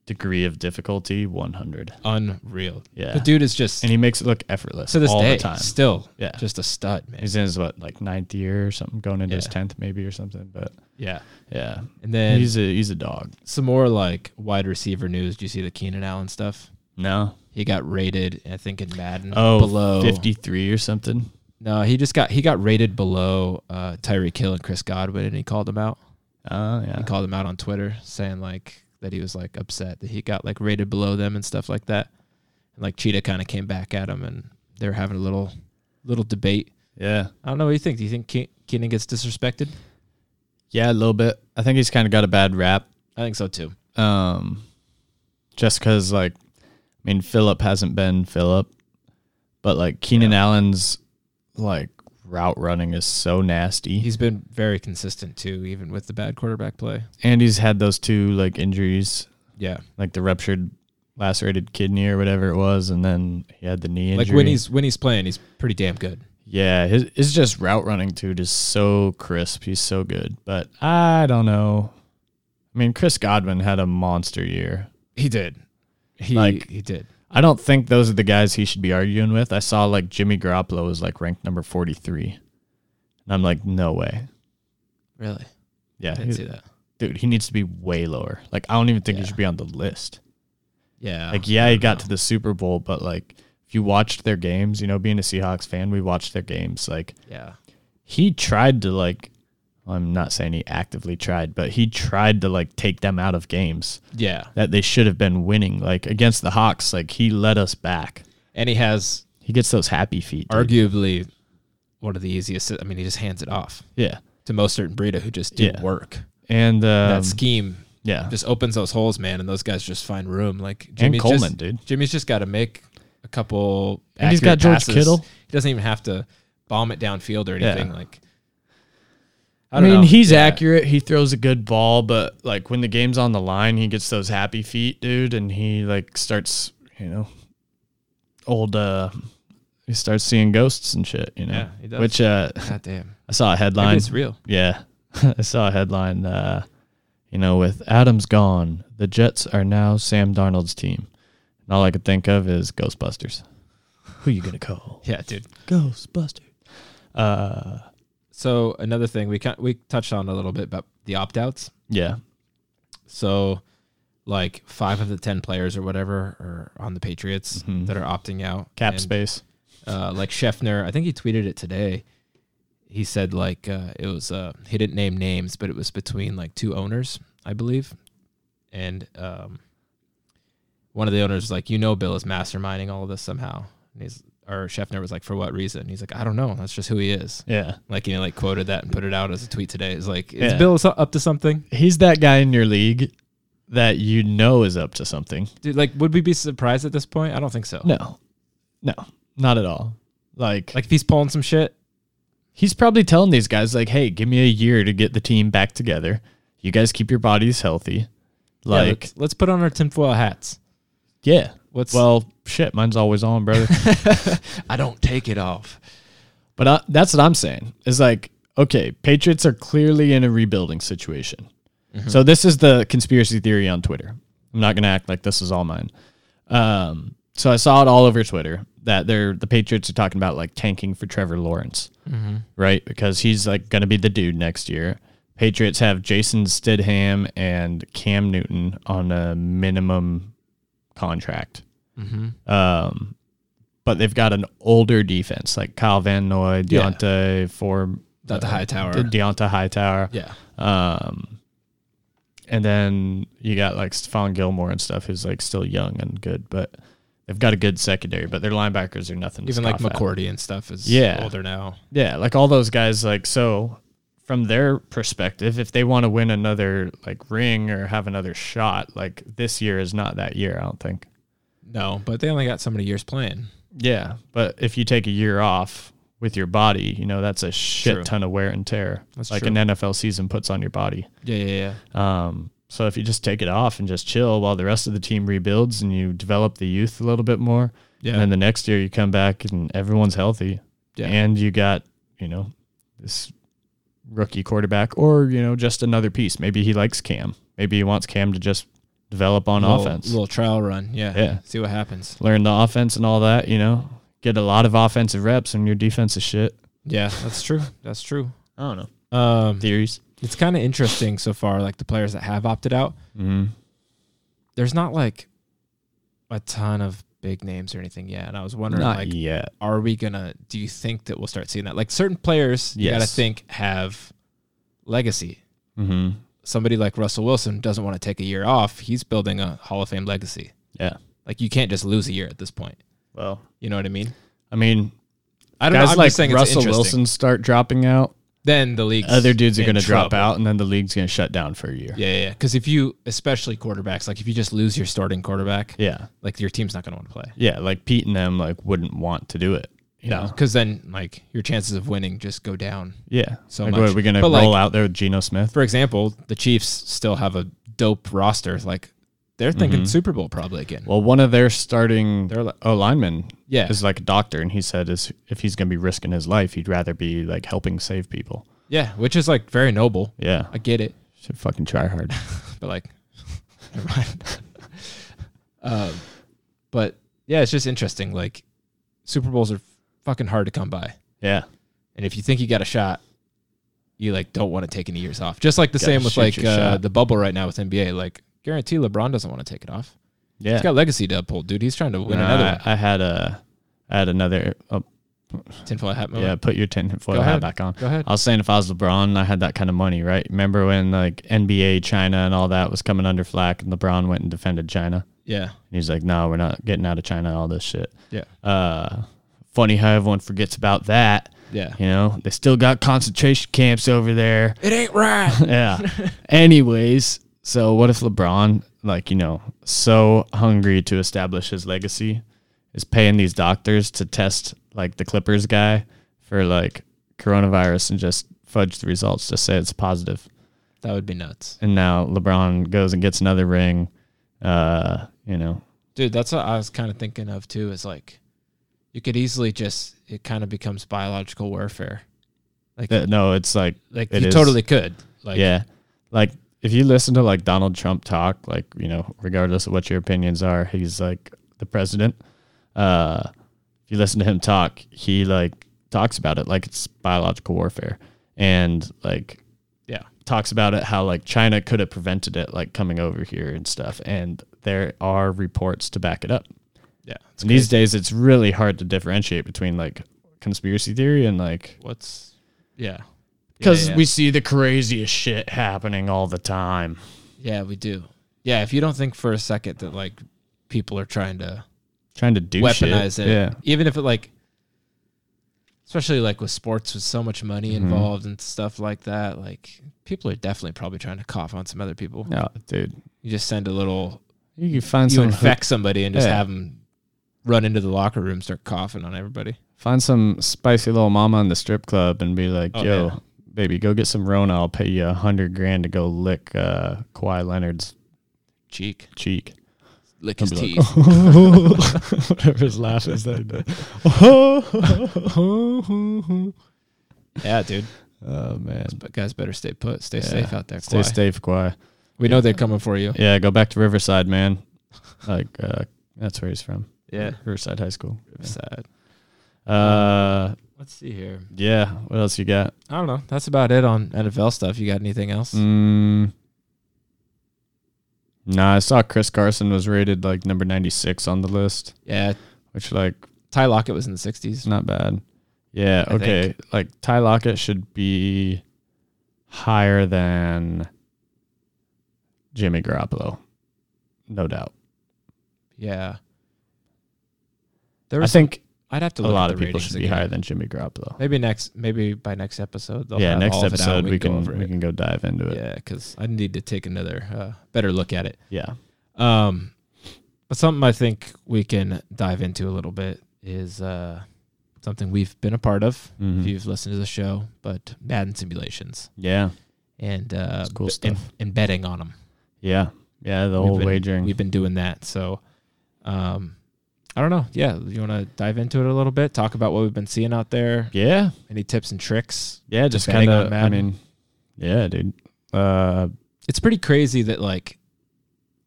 [SPEAKER 4] degree of difficulty 100.
[SPEAKER 5] Unreal.
[SPEAKER 4] Yeah.
[SPEAKER 5] The dude is just
[SPEAKER 4] And he makes it look effortless
[SPEAKER 5] to this
[SPEAKER 4] all
[SPEAKER 5] day
[SPEAKER 4] the time.
[SPEAKER 5] still
[SPEAKER 4] Yeah.
[SPEAKER 5] just a stud, man.
[SPEAKER 4] He's in his what, like ninth year or something, going into his
[SPEAKER 5] Yeah.
[SPEAKER 4] tenth maybe or something. But
[SPEAKER 5] Yeah.
[SPEAKER 4] yeah,
[SPEAKER 5] And then
[SPEAKER 4] he's a he's a dog.
[SPEAKER 5] some more like wide receiver news. Do you see the Keenan Allen stuff?
[SPEAKER 4] No,
[SPEAKER 5] He got rated, I think, in Madden
[SPEAKER 4] oh,
[SPEAKER 5] below
[SPEAKER 4] fifty three or something.
[SPEAKER 5] No, he just got he got rated below uh, Tyreek Hill and Chris Godwin, and he called him out.
[SPEAKER 4] Oh yeah,
[SPEAKER 5] He called him out on Twitter, saying like that he was like upset that he got like rated below them and stuff like that. And like Cheetah kind of came back at him, and they were having a little little debate.
[SPEAKER 4] yeah,
[SPEAKER 5] I don't know what you think. Do you think Ke- Keenan gets disrespected?
[SPEAKER 4] yeah, a little bit. I think he's kind of got a bad rap,
[SPEAKER 5] I think so too.
[SPEAKER 4] um, just because like, I mean, Philip hasn't been Philip, but like Keenan Allen's like route running is so nasty,
[SPEAKER 5] He's been very consistent too, even with the bad quarterback play.
[SPEAKER 4] and he's had those two like injuries,
[SPEAKER 5] Yeah,
[SPEAKER 4] like the ruptured. Lacerated kidney or whatever it was, and then he had the knee injury.
[SPEAKER 5] like when he's when he's playing, he's pretty damn good.
[SPEAKER 4] Yeah, his, it's just route running too, just so crisp. He's so good, but I don't know. I mean, Chris Godwin had a monster year.
[SPEAKER 5] He did. He
[SPEAKER 4] Like-
[SPEAKER 5] he did.
[SPEAKER 4] I don't think those are the guys he should be arguing with. I saw like Jimmy Garoppolo was like ranked number forty three, and I'm like, no way.
[SPEAKER 5] Really,
[SPEAKER 4] Yeah,
[SPEAKER 5] I didn't
[SPEAKER 4] he-
[SPEAKER 5] see that.
[SPEAKER 4] dude, he needs to be way lower. Like, I don't even think he
[SPEAKER 5] Yeah.
[SPEAKER 4] should be on the list.
[SPEAKER 5] Yeah,
[SPEAKER 4] Like, yeah, he got to the Super Bowl, but like, if you watched their games, you know, being a Seahawks fan, we watched their games. Like,
[SPEAKER 5] yeah.
[SPEAKER 4] he tried to like I'm not saying he actively tried, but he tried to like take them out of games
[SPEAKER 5] Yeah.
[SPEAKER 4] that they should have been winning. Like against the Hawks, like he led us back.
[SPEAKER 5] And he has
[SPEAKER 4] He gets those happy feet. dude.
[SPEAKER 5] arguably one of the easiest. I mean, he just hands it off
[SPEAKER 4] Yeah.
[SPEAKER 5] to Mostert and Breida, who just do
[SPEAKER 4] Yeah.
[SPEAKER 5] work.
[SPEAKER 4] And
[SPEAKER 5] That
[SPEAKER 4] um,
[SPEAKER 5] scheme
[SPEAKER 4] yeah.
[SPEAKER 5] just opens those holes, man, and those guys just find room. Like Jimmy
[SPEAKER 4] Coleman,
[SPEAKER 5] just,
[SPEAKER 4] dude.
[SPEAKER 5] Jimmy's just got to make a couple.
[SPEAKER 4] And he's
[SPEAKER 5] accurate
[SPEAKER 4] got George
[SPEAKER 5] passes.
[SPEAKER 4] Kittle.
[SPEAKER 5] He doesn't even have to bomb it downfield or
[SPEAKER 4] Yeah.
[SPEAKER 5] anything. Like,
[SPEAKER 4] I, mean,
[SPEAKER 5] don't know.
[SPEAKER 4] he's
[SPEAKER 5] Yeah.
[SPEAKER 4] accurate. He throws a good ball, but like when the game's on the line, he gets those happy feet, dude, and he like starts, you know, old uh he starts seeing ghosts and shit, you know.
[SPEAKER 5] Yeah, he does.
[SPEAKER 4] Which uh
[SPEAKER 5] God damn,
[SPEAKER 4] I saw a
[SPEAKER 5] Maybe
[SPEAKER 4] headline.
[SPEAKER 5] it's real.
[SPEAKER 4] Yeah. I saw a headline, uh, you know, with Adams gone, the Jets are now Sam Darnold's team. And all I could think of is Ghostbusters. Who you going to call?
[SPEAKER 5] Yeah, dude.
[SPEAKER 4] Ghostbusters. Uh,
[SPEAKER 5] So another thing we kind we touched on a little bit about the opt outs.
[SPEAKER 4] yeah.
[SPEAKER 5] So, like five of the ten players or whatever are on the Patriots that are opting out.
[SPEAKER 4] Mm-hmm. Cap
[SPEAKER 5] And,
[SPEAKER 4] space.
[SPEAKER 5] Uh, like Scheffner, I think he tweeted it today. He said like uh, it was uh, he didn't name names, but it was between like two owners, I believe, and um, one of the owners was like, you know, Bill is masterminding all of this somehow. And he's or Scheffner was like, for what reason? He's like, I don't know. That's just who he is.
[SPEAKER 4] Yeah.
[SPEAKER 5] Like you know, like quoted that and put it out as a tweet today. It's like, is
[SPEAKER 4] Yeah.
[SPEAKER 5] Bill so- up to something?
[SPEAKER 4] He's that guy in your league that you know is up to something.
[SPEAKER 5] Dude, like, would we be surprised at this point? I don't think so.
[SPEAKER 4] No. No. Not at all. Oh. Like,
[SPEAKER 5] Like, if he's pulling some shit,
[SPEAKER 4] he's probably telling these guys like, "Hey, give me a year to get the team back together. You guys keep your bodies healthy.
[SPEAKER 5] Yeah,
[SPEAKER 4] Like,
[SPEAKER 5] let's, let's put on our tinfoil hats.
[SPEAKER 4] yeah.
[SPEAKER 5] What's
[SPEAKER 4] Well, shit, mine's always on, brother.
[SPEAKER 5] I don't take it off.
[SPEAKER 4] but I, that's what I'm saying. Is like, okay, Patriots are clearly in a rebuilding situation.
[SPEAKER 5] Mm-hmm.
[SPEAKER 4] So this is the conspiracy theory on Twitter. I'm not gonna act like this is all mine. Um, so I saw it all over Twitter that they're the Patriots are talking about like tanking for Trevor Lawrence,
[SPEAKER 5] Mm-hmm.
[SPEAKER 4] right? Because he's like gonna be the dude next year. Patriots have Jason Stidham and Cam Newton on a minimum contract.
[SPEAKER 5] Mm-hmm.
[SPEAKER 4] Um, but they've got an older defense like Kyle Van Noy,
[SPEAKER 5] Yeah.
[SPEAKER 4] Deontay Four,
[SPEAKER 5] Deontay Hightower.
[SPEAKER 4] Deontay Hightower.
[SPEAKER 5] Yeah.
[SPEAKER 4] Um, and then you got like Stephon Gilmore and stuff, who's like still young and good, but they've got a good secondary, but their linebackers are nothing. to
[SPEAKER 5] Even like
[SPEAKER 4] scoff at.
[SPEAKER 5] McCordy and stuff is
[SPEAKER 4] Yeah.
[SPEAKER 5] older now.
[SPEAKER 4] Yeah, like all those guys, like so from their perspective, if they want to win another like ring or have another shot, like this year is not that year, I don't think.
[SPEAKER 5] No, but they only got so many years playing.
[SPEAKER 4] Yeah. But if you take a year off with your body, you know, that's a shit
[SPEAKER 5] True.
[SPEAKER 4] ton of wear and tear.
[SPEAKER 5] That's
[SPEAKER 4] like
[SPEAKER 5] true.
[SPEAKER 4] an NFL season puts on your body.
[SPEAKER 5] Yeah, yeah, yeah.
[SPEAKER 4] Um, so if you just take it off and just chill while the rest of the team rebuilds and you develop the youth a little bit more,
[SPEAKER 5] Yeah.
[SPEAKER 4] and then the next year you come back and everyone's healthy,
[SPEAKER 5] Yeah.
[SPEAKER 4] and you got you know this rookie quarterback or you know just another piece. Maybe he likes Cam. Maybe he wants Cam to just develop on
[SPEAKER 5] Little-
[SPEAKER 4] offense,
[SPEAKER 5] Little trial run. Yeah.
[SPEAKER 4] Yeah.
[SPEAKER 5] See what happens.
[SPEAKER 4] learn the offense and all that. You know, get a lot of offensive reps and your defense is shit.
[SPEAKER 5] Yeah, that's true. That's true.
[SPEAKER 4] I don't know
[SPEAKER 5] Um,
[SPEAKER 4] theories.
[SPEAKER 5] it's kind of interesting so far. Like the players that have opted out,
[SPEAKER 4] Mm-hmm.
[SPEAKER 5] there's not like a ton of big names or anything yet. And I was wondering,
[SPEAKER 4] Not
[SPEAKER 5] like,
[SPEAKER 4] yet.
[SPEAKER 5] are we gonna? Do you think that we'll start seeing that? Like certain players, you gotta
[SPEAKER 4] Yes.
[SPEAKER 5] think have legacy.
[SPEAKER 4] hmm
[SPEAKER 5] Somebody like Russell Wilson doesn't want to take a year off. He's building a Hall of Fame legacy.
[SPEAKER 4] Yeah.
[SPEAKER 5] Like you can't just lose a year at this point.
[SPEAKER 4] Well,
[SPEAKER 5] You know what I mean?
[SPEAKER 4] I mean,
[SPEAKER 5] I don't
[SPEAKER 4] guys
[SPEAKER 5] know. I'm
[SPEAKER 4] like
[SPEAKER 5] just saying it's
[SPEAKER 4] Russell
[SPEAKER 5] interesting.
[SPEAKER 4] Wilson start dropping out.
[SPEAKER 5] Then the league,
[SPEAKER 4] other dudes are going to drop out, and then the league's going to shut down for a year.
[SPEAKER 5] Yeah, yeah. Because if you, especially quarterbacks, like if you just lose your starting quarterback,
[SPEAKER 4] yeah,
[SPEAKER 5] like your team's not going to want to play.
[SPEAKER 4] yeah. Like Pete and them, like wouldn't want to do it. You know?
[SPEAKER 5] Because then, like, your chances of winning just go down.
[SPEAKER 4] Yeah.
[SPEAKER 5] So
[SPEAKER 4] like,
[SPEAKER 5] much.
[SPEAKER 4] what, are we going to
[SPEAKER 5] But,
[SPEAKER 4] roll
[SPEAKER 5] like-
[SPEAKER 4] out there with Geno Smith?
[SPEAKER 5] For example, the Chiefs still have a dope roster. Like, they're thinking Super Bowl probably again.
[SPEAKER 4] Mm-hmm. Well, one of their starting
[SPEAKER 5] They're li-
[SPEAKER 4] oh linemen,
[SPEAKER 5] Yeah.
[SPEAKER 4] is like a doctor, and he said is if he's going to be risking his life, he'd rather be like helping save people.
[SPEAKER 5] yeah, which is like very noble.
[SPEAKER 4] Yeah,
[SPEAKER 5] I get it,
[SPEAKER 4] should fucking try hard.
[SPEAKER 5] but like, never mind. um, but yeah, it's just interesting. Like, Super Bowls are fucking hard to come by.
[SPEAKER 4] yeah,
[SPEAKER 5] And if you think you got a shot, you like don't want to take any years off. Just like the
[SPEAKER 4] Gotta
[SPEAKER 5] same with
[SPEAKER 4] shoot
[SPEAKER 5] like
[SPEAKER 4] your
[SPEAKER 5] uh,
[SPEAKER 4] shot.
[SPEAKER 5] the bubble right now with NBA. Like guarantee LeBron doesn't want to take it off.
[SPEAKER 4] yeah.
[SPEAKER 5] He's got legacy to uphold, dude. He's trying to win
[SPEAKER 4] No,
[SPEAKER 5] another
[SPEAKER 4] I,
[SPEAKER 5] one.
[SPEAKER 4] I had a, I had another. Oh,
[SPEAKER 5] Tinfoil hat moment.
[SPEAKER 4] yeah, put your tinfoil
[SPEAKER 5] Go
[SPEAKER 4] hat
[SPEAKER 5] ahead.
[SPEAKER 4] back on.
[SPEAKER 5] Go ahead.
[SPEAKER 4] I was saying if I was LeBron and I had that kind of money, right? Remember when like NBA China and all that was coming under flack and LeBron went and defended China?
[SPEAKER 5] yeah.
[SPEAKER 4] And he's like, no, we're not getting out of China, all this shit.
[SPEAKER 5] Yeah.
[SPEAKER 4] Uh, funny how everyone forgets about that.
[SPEAKER 5] Yeah.
[SPEAKER 4] You know, they still got concentration camps over there.
[SPEAKER 5] It ain't right.
[SPEAKER 4] Yeah. Anyways, so what if LeBron, like, you know, so hungry to establish his legacy, is paying these doctors to test, like, the Clippers guy for, like, coronavirus and just fudge the results to say it's positive.
[SPEAKER 5] that would be nuts.
[SPEAKER 4] And now LeBron goes and gets another ring. Uh, you know,
[SPEAKER 5] Dude, that's what I was kind of thinking of too, is like you could easily just it kind of becomes biological warfare. Like
[SPEAKER 4] th- no, it's like,
[SPEAKER 5] like
[SPEAKER 4] it
[SPEAKER 5] you
[SPEAKER 4] is-
[SPEAKER 5] totally could. Like
[SPEAKER 4] yeah. Like, if you listen to, like, Donald Trump talk, like, you know, regardless of what your opinions are, he's, like, the president. uh, if you listen to him talk, he like talks about it like it's biological warfare and like
[SPEAKER 5] Yeah.
[SPEAKER 4] talks about it how like China could have prevented it like coming over here and stuff and there are reports to back it up.
[SPEAKER 5] Yeah. It's
[SPEAKER 4] And these days it's really hard to differentiate between like conspiracy theory and like
[SPEAKER 5] what's yeah.
[SPEAKER 4] cuz
[SPEAKER 5] Yeah, yeah.
[SPEAKER 4] we see the craziest shit happening all the time.
[SPEAKER 5] Yeah, we do. Yeah, if you don't think for a second that like people are trying to
[SPEAKER 4] Trying to do
[SPEAKER 5] weaponize
[SPEAKER 4] shit.
[SPEAKER 5] it,
[SPEAKER 4] Yeah.
[SPEAKER 5] even if it like, especially like with sports with so much money
[SPEAKER 4] Mm-hmm.
[SPEAKER 5] involved and stuff like that, like people are definitely probably trying to cough on some other people.
[SPEAKER 4] No, Oh, dude.
[SPEAKER 5] You just send a little,
[SPEAKER 4] You can find
[SPEAKER 5] you
[SPEAKER 4] some hook-
[SPEAKER 5] infect somebody and just
[SPEAKER 4] Yeah.
[SPEAKER 5] have them run into the locker room, start coughing on everybody.
[SPEAKER 4] find some spicy little mama in the strip club and be like,
[SPEAKER 5] Oh,
[SPEAKER 4] "Yo,
[SPEAKER 5] yeah.
[SPEAKER 4] baby, go get some Rona. I'll pay you a hundred grand to go lick uh, Kawhi Leonard's
[SPEAKER 5] cheek,
[SPEAKER 4] cheek.
[SPEAKER 5] lick
[SPEAKER 4] I'll
[SPEAKER 5] his
[SPEAKER 4] be
[SPEAKER 5] teeth.
[SPEAKER 4] like, Whatever his laugh is that he does. oh
[SPEAKER 5] yeah, dude.
[SPEAKER 4] man.
[SPEAKER 5] But guys, better stay put. Stay
[SPEAKER 4] Yeah.
[SPEAKER 5] safe out there.
[SPEAKER 4] Stay
[SPEAKER 5] Kwai.
[SPEAKER 4] safe, Kwai.
[SPEAKER 5] We know they're coming for you.
[SPEAKER 4] Yeah, go back to Riverside, man. Like uh, that's where he's from.
[SPEAKER 5] Yeah.
[SPEAKER 4] Riverside High School.
[SPEAKER 5] Sad.
[SPEAKER 4] Uh,
[SPEAKER 5] Let's see here.
[SPEAKER 4] yeah. What else you got?
[SPEAKER 5] I don't know. That's about it on NFL stuff. You got anything else?
[SPEAKER 4] Mm. Nah, I saw Chris Carson was rated like number ninety six on the list,
[SPEAKER 5] Yeah.
[SPEAKER 4] which like
[SPEAKER 5] Ty Lockett was in the
[SPEAKER 4] It's
[SPEAKER 5] 60s.
[SPEAKER 4] not bad. Yeah,
[SPEAKER 5] I
[SPEAKER 4] okay.
[SPEAKER 5] think.
[SPEAKER 4] Like Ty Lockett should be higher than Jimmy Garoppolo. No doubt.
[SPEAKER 5] Yeah. There
[SPEAKER 4] I
[SPEAKER 5] was
[SPEAKER 4] think
[SPEAKER 5] I'd have to
[SPEAKER 4] a
[SPEAKER 5] look
[SPEAKER 4] lot
[SPEAKER 5] at
[SPEAKER 4] of
[SPEAKER 5] the
[SPEAKER 4] people
[SPEAKER 5] ratings
[SPEAKER 4] should be
[SPEAKER 5] again.
[SPEAKER 4] higher than Jimmy Garoppolo.
[SPEAKER 5] Maybe next maybe by next episode they'll
[SPEAKER 4] yeah,
[SPEAKER 5] have
[SPEAKER 4] next
[SPEAKER 5] all of it out
[SPEAKER 4] episode
[SPEAKER 5] and
[SPEAKER 4] we
[SPEAKER 5] go
[SPEAKER 4] can
[SPEAKER 5] over
[SPEAKER 4] we
[SPEAKER 5] it.
[SPEAKER 4] can go dive into it.
[SPEAKER 5] Yeah, cuz I need to take another uh, better look at it.
[SPEAKER 4] Yeah.
[SPEAKER 5] Um but something I think we can dive into a little bit is uh something we've been a part of
[SPEAKER 4] Mhm.
[SPEAKER 5] if you've listened to the show, but Madden simulations
[SPEAKER 4] Yeah.
[SPEAKER 5] and uh
[SPEAKER 4] It's cool
[SPEAKER 5] b- and-
[SPEAKER 4] stuff.
[SPEAKER 5] and betting on them.
[SPEAKER 4] Yeah. Yeah, the whole
[SPEAKER 5] been,
[SPEAKER 4] wagering.
[SPEAKER 5] We've been doing that. So, um, I don't know. Yeah, you want to dive into it a little bit? Talk about what we've been seeing out there.
[SPEAKER 4] yeah.
[SPEAKER 5] Any tips and tricks?
[SPEAKER 4] Yeah, just
[SPEAKER 5] betting
[SPEAKER 4] kind
[SPEAKER 5] on
[SPEAKER 4] of I
[SPEAKER 5] Madden.
[SPEAKER 4] mean Yeah, dude. Uh
[SPEAKER 5] It's pretty crazy that like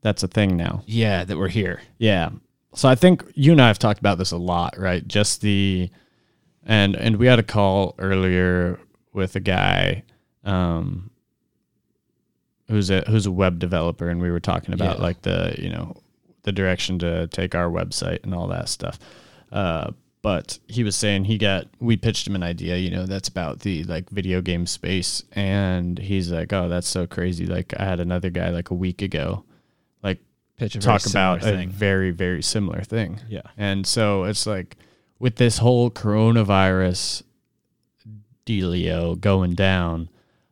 [SPEAKER 4] that's a thing now.
[SPEAKER 5] yeah that we're here.
[SPEAKER 4] Yeah. So I think you and I have talked about this a lot, right? Just the and and we had a call earlier with a guy um who's a who's a web developer and we were talking about
[SPEAKER 5] Yeah.
[SPEAKER 4] like the, you know, the direction to take our website and all that stuff. Uh but he was saying he got we pitched him an idea, you know, that's about the like video game space and he's like, "Oh, that's so crazy." Like I had another guy like a week ago like
[SPEAKER 5] Pitch a very
[SPEAKER 4] talk about
[SPEAKER 5] similar
[SPEAKER 4] a
[SPEAKER 5] thing.
[SPEAKER 4] very very similar thing
[SPEAKER 5] Yeah.
[SPEAKER 4] and so it's like with this whole coronavirus dealio going down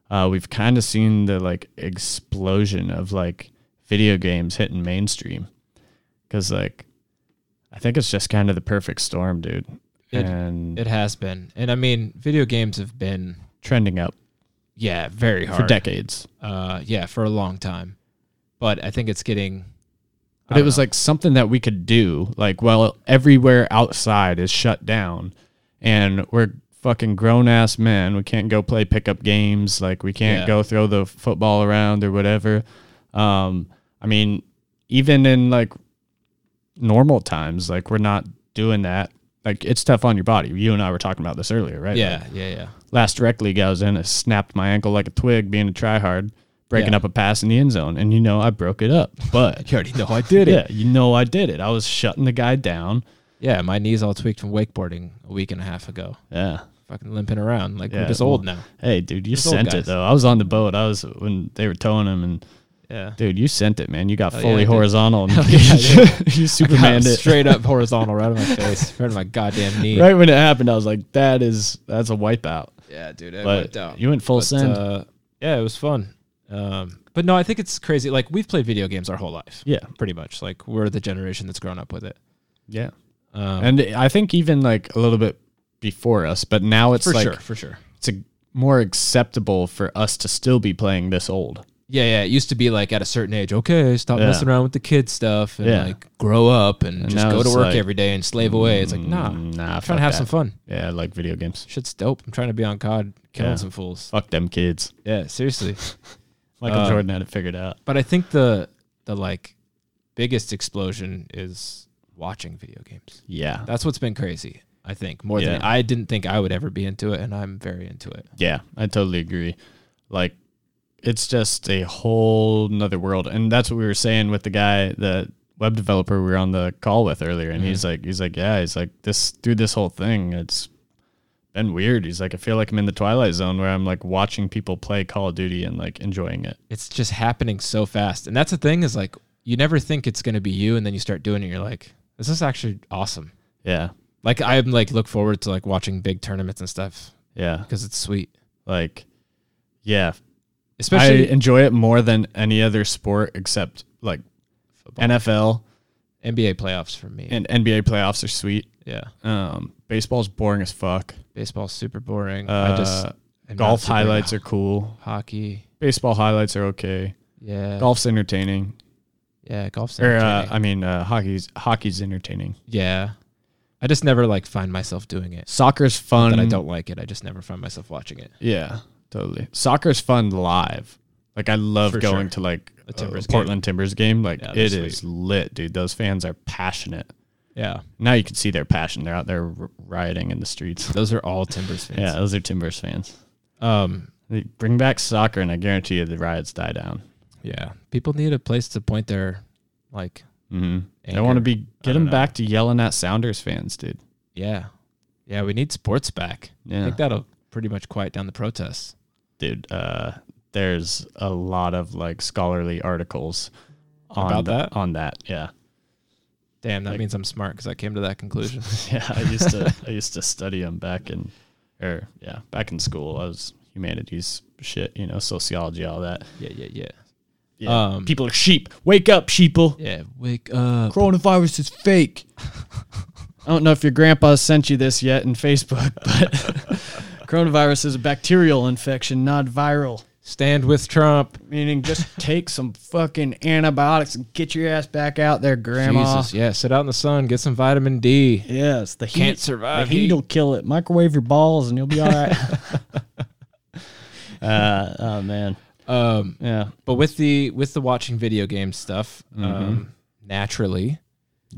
[SPEAKER 4] uh, we've kind of seen the like explosion of like video games hitting mainstream because like i think it's just kind of the perfect storm dude
[SPEAKER 5] It-
[SPEAKER 4] and
[SPEAKER 5] It has been, and I mean, video games have been
[SPEAKER 4] trending up
[SPEAKER 5] yeah very hard
[SPEAKER 4] for decades
[SPEAKER 5] Uh, yeah, for a long time, but I think it's getting. I
[SPEAKER 4] But it
[SPEAKER 5] don't
[SPEAKER 4] was
[SPEAKER 5] know.
[SPEAKER 4] like something that we could do. Like, well, everywhere outside is shut down and we're fucking grown ass men. We can't go play pickup games. Like, we can't
[SPEAKER 5] Yeah.
[SPEAKER 4] go throw the football around or whatever. Um, I mean, even in like normal times, like, we're not doing that. Like, it's tough on your body. You and I were talking about this earlier, right? Like,
[SPEAKER 5] yeah, yeah, yeah.
[SPEAKER 4] last rec league I was in, I snapped my ankle like a twig being a tryhard, breaking
[SPEAKER 5] Yeah.
[SPEAKER 4] up a pass in the end zone. And, you know, I broke it up. But.
[SPEAKER 5] You already know I did it.
[SPEAKER 4] Yeah, you know I did it. I was shutting the guy down.
[SPEAKER 5] yeah, my knees all tweaked from wakeboarding a week and a half ago.
[SPEAKER 4] Yeah.
[SPEAKER 5] Fucking limping around like
[SPEAKER 4] Yeah,
[SPEAKER 5] we're just
[SPEAKER 4] well-
[SPEAKER 5] old now.
[SPEAKER 4] Hey, dude, you
[SPEAKER 5] Those old
[SPEAKER 4] sent it
[SPEAKER 5] guys.
[SPEAKER 4] though. I was on the boat. I was when they were towing him, and
[SPEAKER 5] Yeah.
[SPEAKER 4] dude, you sent it, man. You got
[SPEAKER 5] Hell Oh, yeah,
[SPEAKER 4] fully
[SPEAKER 5] I did. Oh,
[SPEAKER 4] horizontal. And
[SPEAKER 5] yeah, I
[SPEAKER 4] you
[SPEAKER 5] Yeah,
[SPEAKER 4] Supermaned it.
[SPEAKER 5] straight up horizontal right in my face, right in my goddamn knee.
[SPEAKER 4] Right when it happened, I was like, "That is that's a wipeout."
[SPEAKER 5] Yeah, dude, it
[SPEAKER 4] But
[SPEAKER 5] went down.
[SPEAKER 4] you went full
[SPEAKER 5] But,
[SPEAKER 4] send.
[SPEAKER 5] uh, yeah, it was fun. Um, but no, I think it's crazy. Like we've played video games our whole life,
[SPEAKER 4] yeah,
[SPEAKER 5] pretty much. Like we're the generation that's grown up with it.
[SPEAKER 4] yeah.
[SPEAKER 5] Um,
[SPEAKER 4] And I think even like a little bit before us, but now it's
[SPEAKER 5] for
[SPEAKER 4] like
[SPEAKER 5] sure, for sure.
[SPEAKER 4] it's a, more acceptable for us to still be playing this old.
[SPEAKER 5] Yeah, yeah. It used to be like at a certain age, okay, stop
[SPEAKER 4] Yeah.
[SPEAKER 5] messing around with the kid stuff and
[SPEAKER 4] Yeah.
[SPEAKER 5] like grow up and, just
[SPEAKER 4] now
[SPEAKER 5] go to
[SPEAKER 4] it's
[SPEAKER 5] work
[SPEAKER 4] like, Mm,
[SPEAKER 5] every day and slave away. It's like nah, I'm
[SPEAKER 4] nah. I'm
[SPEAKER 5] trying to have some fun.
[SPEAKER 4] Yeah, I like video games.
[SPEAKER 5] Shit's dope. I'm trying to be on COD, killing
[SPEAKER 4] Yeah.
[SPEAKER 5] some fools.
[SPEAKER 4] Fuck them kids.
[SPEAKER 5] Yeah, seriously.
[SPEAKER 4] Michael
[SPEAKER 5] Uh,
[SPEAKER 4] Jordan had it figured out.
[SPEAKER 5] But I think the the like biggest explosion is watching video games.
[SPEAKER 4] Yeah.
[SPEAKER 5] That's what's been crazy. I think more than
[SPEAKER 4] Yeah.
[SPEAKER 5] I didn't think I would ever be into it, and I'm very into it.
[SPEAKER 4] Yeah, I totally agree. Like, it's just a whole nother world, and that's what we were saying with the guy, the web developer we were on the call with earlier, and he's like, he's like, yeah, he's like this through this whole thing, it's been weird. He's like, I feel like I'm in the twilight zone where I'm like watching people play Call of Duty and like enjoying it.
[SPEAKER 5] It's just happening so fast, and that's the thing is like you never think it's gonna be you, and then you start doing it. And you're like, this is actually awesome.
[SPEAKER 4] Yeah,
[SPEAKER 5] Like I'm like look forward to like watching big tournaments and stuff
[SPEAKER 4] yeah,
[SPEAKER 5] because it's sweet,
[SPEAKER 4] like, yeah, I
[SPEAKER 5] especially
[SPEAKER 4] enjoy it more than any other sport except like NFL
[SPEAKER 5] NBA playoffs for me.
[SPEAKER 4] and NBA playoffs are sweet.
[SPEAKER 5] yeah,
[SPEAKER 4] Um, baseball's boring as fuck.
[SPEAKER 5] baseball's super boring. I
[SPEAKER 4] Uh,
[SPEAKER 5] just am not
[SPEAKER 4] golf
[SPEAKER 5] super-
[SPEAKER 4] highlights are cool.
[SPEAKER 5] hockey.
[SPEAKER 4] Baseball highlights are okay.
[SPEAKER 5] Yeah,
[SPEAKER 4] Golf's entertaining.
[SPEAKER 5] Yeah, golf's
[SPEAKER 4] Or uh,
[SPEAKER 5] entertaining.
[SPEAKER 4] I mean, uh, hockey's hockey's entertaining.
[SPEAKER 5] yeah. I just never like find myself doing it.
[SPEAKER 4] Soccer's
[SPEAKER 5] Not
[SPEAKER 4] fun.
[SPEAKER 5] that I don't like it. I just never find myself watching it.
[SPEAKER 4] Yeah, totally. Soccer's fun live. Like I love
[SPEAKER 5] For
[SPEAKER 4] going
[SPEAKER 5] sure.
[SPEAKER 4] to like
[SPEAKER 5] A
[SPEAKER 4] a
[SPEAKER 5] Timbers game.
[SPEAKER 4] Portland Timbers game. Like
[SPEAKER 5] Yeah, they're
[SPEAKER 4] it
[SPEAKER 5] sweet.
[SPEAKER 4] is lit, dude. Those fans are passionate.
[SPEAKER 5] Yeah,
[SPEAKER 4] Now you can see their passion. They're out there r- rioting in the streets.
[SPEAKER 5] those are all Timbers fans.
[SPEAKER 4] Yeah, those are Timbers fans.
[SPEAKER 5] Um.
[SPEAKER 4] They bring back soccer, and I guarantee you the riots die down.
[SPEAKER 5] Yeah. People need a place to point their like.
[SPEAKER 4] Mm-hmm. They
[SPEAKER 5] Anger.
[SPEAKER 4] want to be
[SPEAKER 5] I
[SPEAKER 4] get
[SPEAKER 5] don't
[SPEAKER 4] them
[SPEAKER 5] know.
[SPEAKER 4] back to yelling at Sounders fans, dude.
[SPEAKER 5] Yeah. Yeah. We need sports back. I
[SPEAKER 4] Yeah,
[SPEAKER 5] think that'll pretty much quiet down the protests.
[SPEAKER 4] dude. Uh, there's a lot of like scholarly articles on
[SPEAKER 5] About
[SPEAKER 4] the-
[SPEAKER 5] that?
[SPEAKER 4] On that, yeah.
[SPEAKER 5] Damn, that
[SPEAKER 4] Like-
[SPEAKER 5] means I'm smart because I came to that conclusion.
[SPEAKER 4] Yeah, I used to I used to study them back in or yeah, back in school. I was humanities shit, you know, sociology, all that.
[SPEAKER 5] yeah. Yeah. Yeah.
[SPEAKER 4] Yeah.
[SPEAKER 5] Um,
[SPEAKER 4] people are sheep. Wake up, sheeple.
[SPEAKER 5] Yeah. Wake up.
[SPEAKER 4] Coronavirus is fake. I don't know if your grandpa sent you this yet in Facebook, but coronavirus is a bacterial infection, not viral.
[SPEAKER 5] Stand with Trump.
[SPEAKER 4] Meaning just take some fucking antibiotics and get your ass back out there, grandma.
[SPEAKER 5] Jesus. Yeah. Sit out in the sun. Get some vitamin D.
[SPEAKER 4] Yes, the heat
[SPEAKER 5] Can't survive
[SPEAKER 4] The heat
[SPEAKER 5] heat.
[SPEAKER 4] will kill it. Microwave your balls and you'll be all right. uh, oh man,
[SPEAKER 5] Um.
[SPEAKER 4] yeah,
[SPEAKER 5] But with the with the watching video game stuff, um, naturally,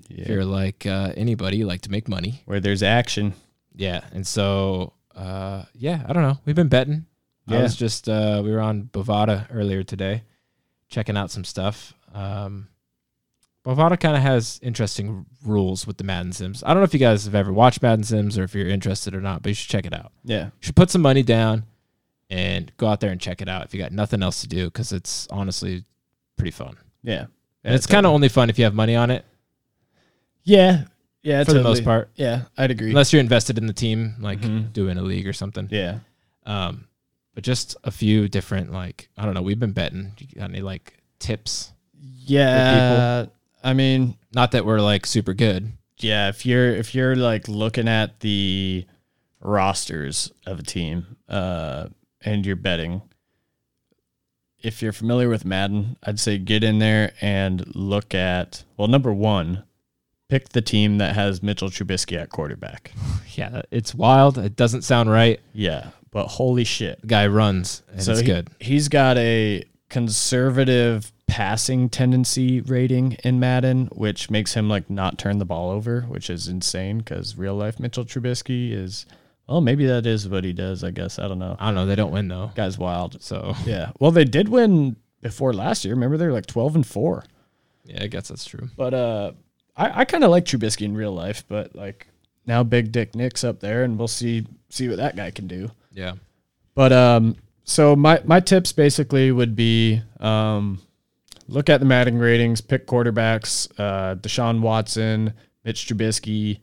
[SPEAKER 5] if you're like uh, anybody, you like to make money.
[SPEAKER 4] Where there's action,
[SPEAKER 5] Yeah, and so uh, yeah, I don't know. We've been betting. I
[SPEAKER 4] Yeah.
[SPEAKER 5] was just uh, we were on Bovada earlier today, checking out some stuff. Um, Bovada kind of has interesting r- rules with the Madden Sims. I don't know if you guys have ever watched Madden Sims or if you're interested or not, but you should check it out.
[SPEAKER 4] yeah,
[SPEAKER 5] You should put some money down and go out there and check it out if you got nothing else to do because it's honestly pretty fun.
[SPEAKER 4] yeah,
[SPEAKER 5] And it's kind of only fun if you have money on it
[SPEAKER 4] yeah, yeah,
[SPEAKER 5] for the most part,
[SPEAKER 4] Yeah, I'd agree.
[SPEAKER 5] unless you're invested in the team, like
[SPEAKER 4] Mhm.
[SPEAKER 5] doing a league or something.
[SPEAKER 4] yeah,
[SPEAKER 5] Um, but just a few different, like, I don't know, we've been betting. You got any, like, tips?
[SPEAKER 4] yeah. I mean,
[SPEAKER 5] Not that we're, like, super good.
[SPEAKER 4] yeah, if you're if you're like looking at the rosters of a team uh and you're betting if you're familiar with Madden, I'd say get in there and look at well number 1, pick the team that has Mitchell Trubisky at quarterback.
[SPEAKER 5] Yeah, it's wild. It doesn't sound right.
[SPEAKER 4] Yeah, but holy shit.
[SPEAKER 5] The guy runs, and it's
[SPEAKER 4] he,
[SPEAKER 5] good.
[SPEAKER 4] He's got a conservative passing tendency rating in Madden, which makes him like not turn the ball over, which is insane because real life Mitchell Trubisky is, well, maybe that is what he does. I guess I don't know.
[SPEAKER 5] I don't know. They don't win, though.
[SPEAKER 4] Guy's wild.
[SPEAKER 5] So,
[SPEAKER 4] Yeah. Well, they did win before last year. Remember, they were like twelve and four.
[SPEAKER 5] yeah, I guess that's true.
[SPEAKER 4] But uh, I, I kind of like Trubisky in real life, but like now Big Dick Nick's up there, and we'll see see what that guy can do.
[SPEAKER 5] Yeah.
[SPEAKER 4] But um, so my my tips basically would be um, look at the Madden ratings, pick quarterbacks, uh, Deshaun Watson, Mitch Trubisky,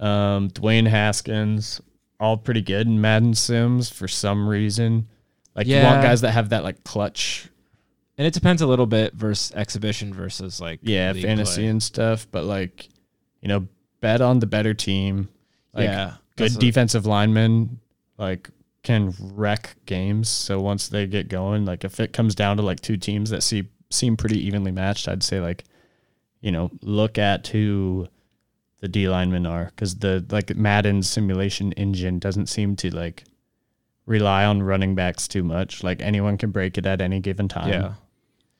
[SPEAKER 4] um, Dwayne Haskins, all pretty good in Madden Sims for some reason. Like you
[SPEAKER 5] Yeah.
[SPEAKER 4] want guys that have that like clutch,
[SPEAKER 5] And it depends a little bit versus exhibition versus, like,
[SPEAKER 4] yeah,
[SPEAKER 5] league
[SPEAKER 4] fantasy
[SPEAKER 5] play.
[SPEAKER 4] and stuff. But like, you know, bet on the better team. Like,
[SPEAKER 5] yeah.
[SPEAKER 4] good
[SPEAKER 5] that's a-
[SPEAKER 4] defensive linemen like can wreck games. So once they get going, like if it comes down to like two teams that see seem pretty evenly matched, I'd say like, you know, look at who the D linemen are because the like Madden simulation engine doesn't seem to like rely on running backs too much. Like anyone can break it at any given time.
[SPEAKER 5] Yeah.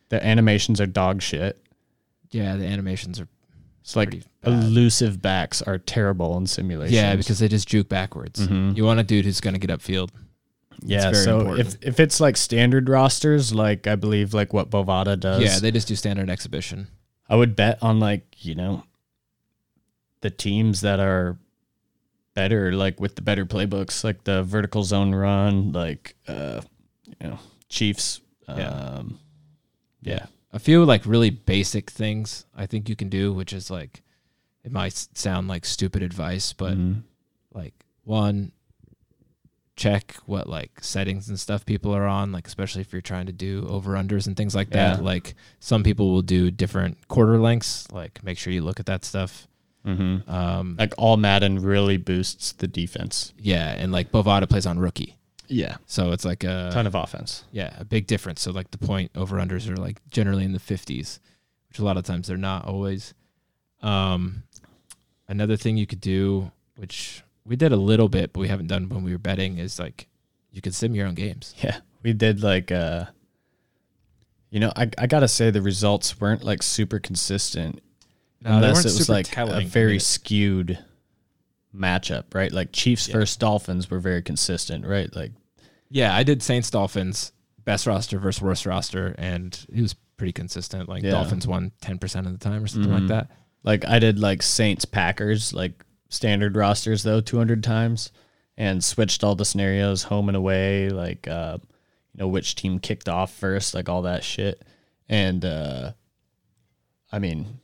[SPEAKER 4] The animations are dog shit.
[SPEAKER 5] Yeah, the animations are.
[SPEAKER 4] It's like
[SPEAKER 5] Pretty bad.
[SPEAKER 4] elusive backs are terrible in simulations.
[SPEAKER 5] Yeah, because they just juke backwards.
[SPEAKER 4] Mm-hmm.
[SPEAKER 5] You want a dude who's going to get upfield.
[SPEAKER 4] Yeah,
[SPEAKER 5] very
[SPEAKER 4] so
[SPEAKER 5] important.
[SPEAKER 4] if if it's like standard rosters, like I believe like what Bovada does,
[SPEAKER 5] Yeah, they just do standard exhibition.
[SPEAKER 4] I would bet on like, you know, the teams that are better, like with the better playbooks, like the vertical zone run, like uh you know, Chiefs.
[SPEAKER 5] Yeah.
[SPEAKER 4] Um yeah.
[SPEAKER 5] a few like really basic things I think you can do, which is like it might s- sound like stupid advice, but
[SPEAKER 4] Mhm.
[SPEAKER 5] like one, check what like settings and stuff people are on, like especially if you're trying to do over unders and things like that.
[SPEAKER 4] Yeah.
[SPEAKER 5] Like some people will do different quarter lengths, like make sure you look at that stuff.
[SPEAKER 4] Mhm.
[SPEAKER 5] Um,
[SPEAKER 4] Like all Madden really boosts the defense.
[SPEAKER 5] yeah, and like Bovada plays on rookie,
[SPEAKER 4] Yeah.
[SPEAKER 5] so it's like a
[SPEAKER 4] Ton of offense.
[SPEAKER 5] yeah a big difference. So like the point over unders are like generally in the 50s, which a lot of times they're not always. Um, another thing you could do, which we did a little bit, but we haven't done when we were betting, is like you could sim your own games.
[SPEAKER 4] Yeah, we did like uh you know, I I gotta say the results weren't like super consistent
[SPEAKER 5] No, they
[SPEAKER 4] unless
[SPEAKER 5] weren't
[SPEAKER 4] it was
[SPEAKER 5] super
[SPEAKER 4] like
[SPEAKER 5] telling. I
[SPEAKER 4] a
[SPEAKER 5] mean,
[SPEAKER 4] very
[SPEAKER 5] it's-
[SPEAKER 4] skewed matchup, right? Like Chiefs versus Dolphins were very consistent, right? Like
[SPEAKER 5] yeah. I did Saints Dolphins best roster versus worst roster, and it was pretty consistent. Like
[SPEAKER 4] Yeah. Mm-hmm.
[SPEAKER 5] Dolphins won ten percent of the time or something like that.
[SPEAKER 4] like I did like Saints Packers like standard rosters though 200 times and switched all the scenarios home and away like uh you know which team kicked off first like all that shit and uh I mean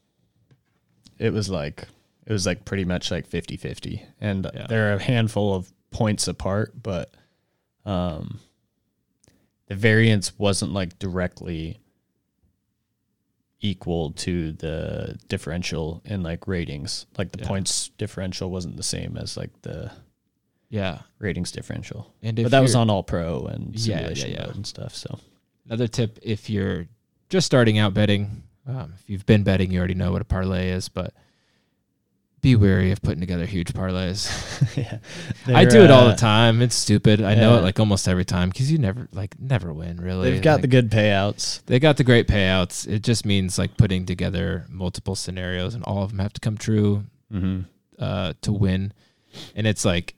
[SPEAKER 4] it was like it was like pretty much like 50-50 and
[SPEAKER 5] Yeah.
[SPEAKER 4] there are a handful of points apart but um the variance wasn't like directly equal to the differential in like ratings. Like the
[SPEAKER 5] Yeah.
[SPEAKER 4] points differential wasn't the same as like the
[SPEAKER 5] Yeah.
[SPEAKER 4] ratings differential.
[SPEAKER 5] And if
[SPEAKER 4] But that was
[SPEAKER 5] you're-
[SPEAKER 4] on all pro and
[SPEAKER 5] Yeah, yeah,
[SPEAKER 4] simulation
[SPEAKER 5] yeah.
[SPEAKER 4] mode and stuff. So
[SPEAKER 5] Another tip if you're just starting out betting, um, if you've been betting, you already know what a parlay is, but be wary of putting together huge parlays.
[SPEAKER 4] yeah.
[SPEAKER 5] I do it all
[SPEAKER 4] They're, uh,
[SPEAKER 5] the time. It's stupid. I know
[SPEAKER 4] yeah.
[SPEAKER 5] it like almost every time because you never like never win really.
[SPEAKER 4] They've got
[SPEAKER 5] Like,
[SPEAKER 4] the good payouts.
[SPEAKER 5] they got the great payouts. It just means like putting together multiple scenarios and all of them have to come true
[SPEAKER 4] Mm-hmm.
[SPEAKER 5] uh, to win. And it's like,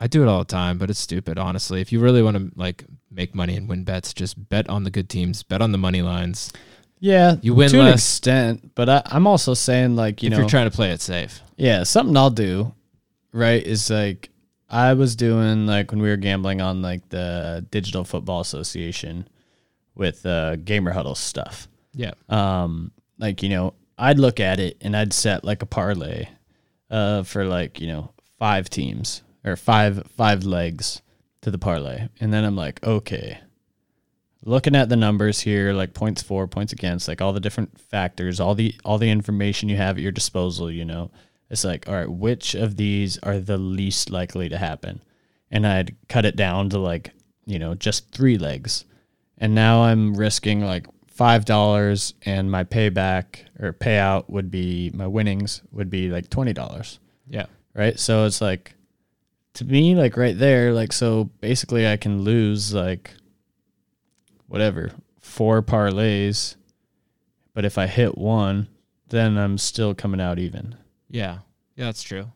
[SPEAKER 5] I do it all the time, but it's stupid, honestly. If you really want to like make money and win bets, just bet on the good teams, bet on the money lines.
[SPEAKER 4] Yeah.
[SPEAKER 5] You win
[SPEAKER 4] to an
[SPEAKER 5] less.
[SPEAKER 4] extent, but I, I'm also saying like, you
[SPEAKER 5] if
[SPEAKER 4] know,
[SPEAKER 5] you're trying to play it safe,
[SPEAKER 4] Yeah, something I'll do, right, is like I was doing like when we were gambling on like the Digital Football Association with uh, Gamer Huddle stuff.
[SPEAKER 5] yeah,
[SPEAKER 4] Um, like you know, I'd look at it and I'd set like a parlay, uh, for like you know five teams or five five legs to the parlay, and then I'm like, okay, looking at the numbers here, like points for, points against, like all the different factors, all the all the information you have at your disposal, you know. It's like, all right, which of these are the least likely to happen? And I'd cut it down to like, you know, just three legs. And now I'm risking like five dollars and my payback or payout would be my winnings would be like twenty dollars
[SPEAKER 5] yeah,
[SPEAKER 4] right? So it's like to me, like right there, like so basically I can lose like whatever four parlays, but if I hit one, then I'm still coming out even.
[SPEAKER 5] yeah, yeah, that's true.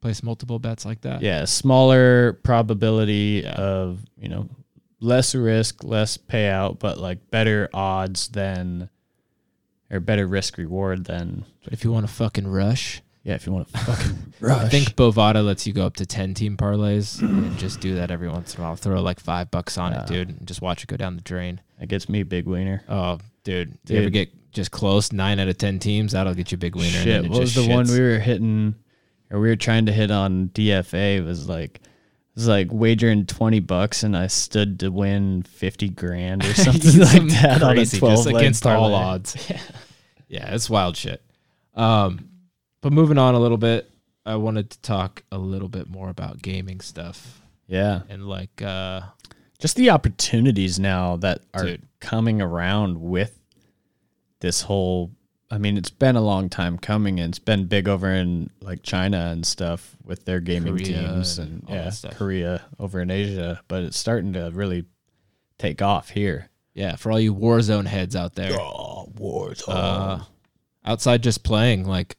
[SPEAKER 5] Place multiple bets like that.
[SPEAKER 4] Yeah, smaller probability
[SPEAKER 5] Yeah.
[SPEAKER 4] of you know less risk, less payout, but like better odds than or better risk reward than
[SPEAKER 5] But if you want to fucking rush,
[SPEAKER 4] yeah. If you want to fucking
[SPEAKER 5] I
[SPEAKER 4] rush,
[SPEAKER 5] think Bovada lets you go up to 10 team parlays and just do that every once in a while. Throw like five bucks on
[SPEAKER 4] Yeah.
[SPEAKER 5] it, dude, and just watch it go down the drain.
[SPEAKER 4] that gets me big wiener.
[SPEAKER 5] Oh, dude, you ever
[SPEAKER 4] Dude.
[SPEAKER 5] get just close nine out of 10 teams? That'll get you a big winner. and then
[SPEAKER 4] Shit,
[SPEAKER 5] it
[SPEAKER 4] what was
[SPEAKER 5] just
[SPEAKER 4] the one
[SPEAKER 5] shits.
[SPEAKER 4] we were hitting, or we were trying to hit on DFA? Was like, it was like wagering twenty bucks, and I stood to win fifty grand or something like
[SPEAKER 5] Some
[SPEAKER 4] that on a
[SPEAKER 5] crazy,
[SPEAKER 4] twelve
[SPEAKER 5] just
[SPEAKER 4] leg
[SPEAKER 5] against all
[SPEAKER 4] parlay.
[SPEAKER 5] odds. Yeah. it's wild shit. Um, but moving on a little bit, I wanted to talk a little bit more about gaming stuff
[SPEAKER 4] Yeah,
[SPEAKER 5] and like uh,
[SPEAKER 4] just the opportunities now that are
[SPEAKER 5] Dude.
[SPEAKER 4] coming around with this whole. I mean, it's been a long time coming, and it's been big over in like China and stuff with their gaming
[SPEAKER 5] Korea
[SPEAKER 4] teams
[SPEAKER 5] and
[SPEAKER 4] and,
[SPEAKER 5] all that
[SPEAKER 4] yeah,
[SPEAKER 5] stuff.
[SPEAKER 4] Korea over in Asia, but it's starting to really take off here.
[SPEAKER 5] yeah, for all you Warzone heads out there,
[SPEAKER 4] Oh, Warzone.
[SPEAKER 5] uh, outside just playing, like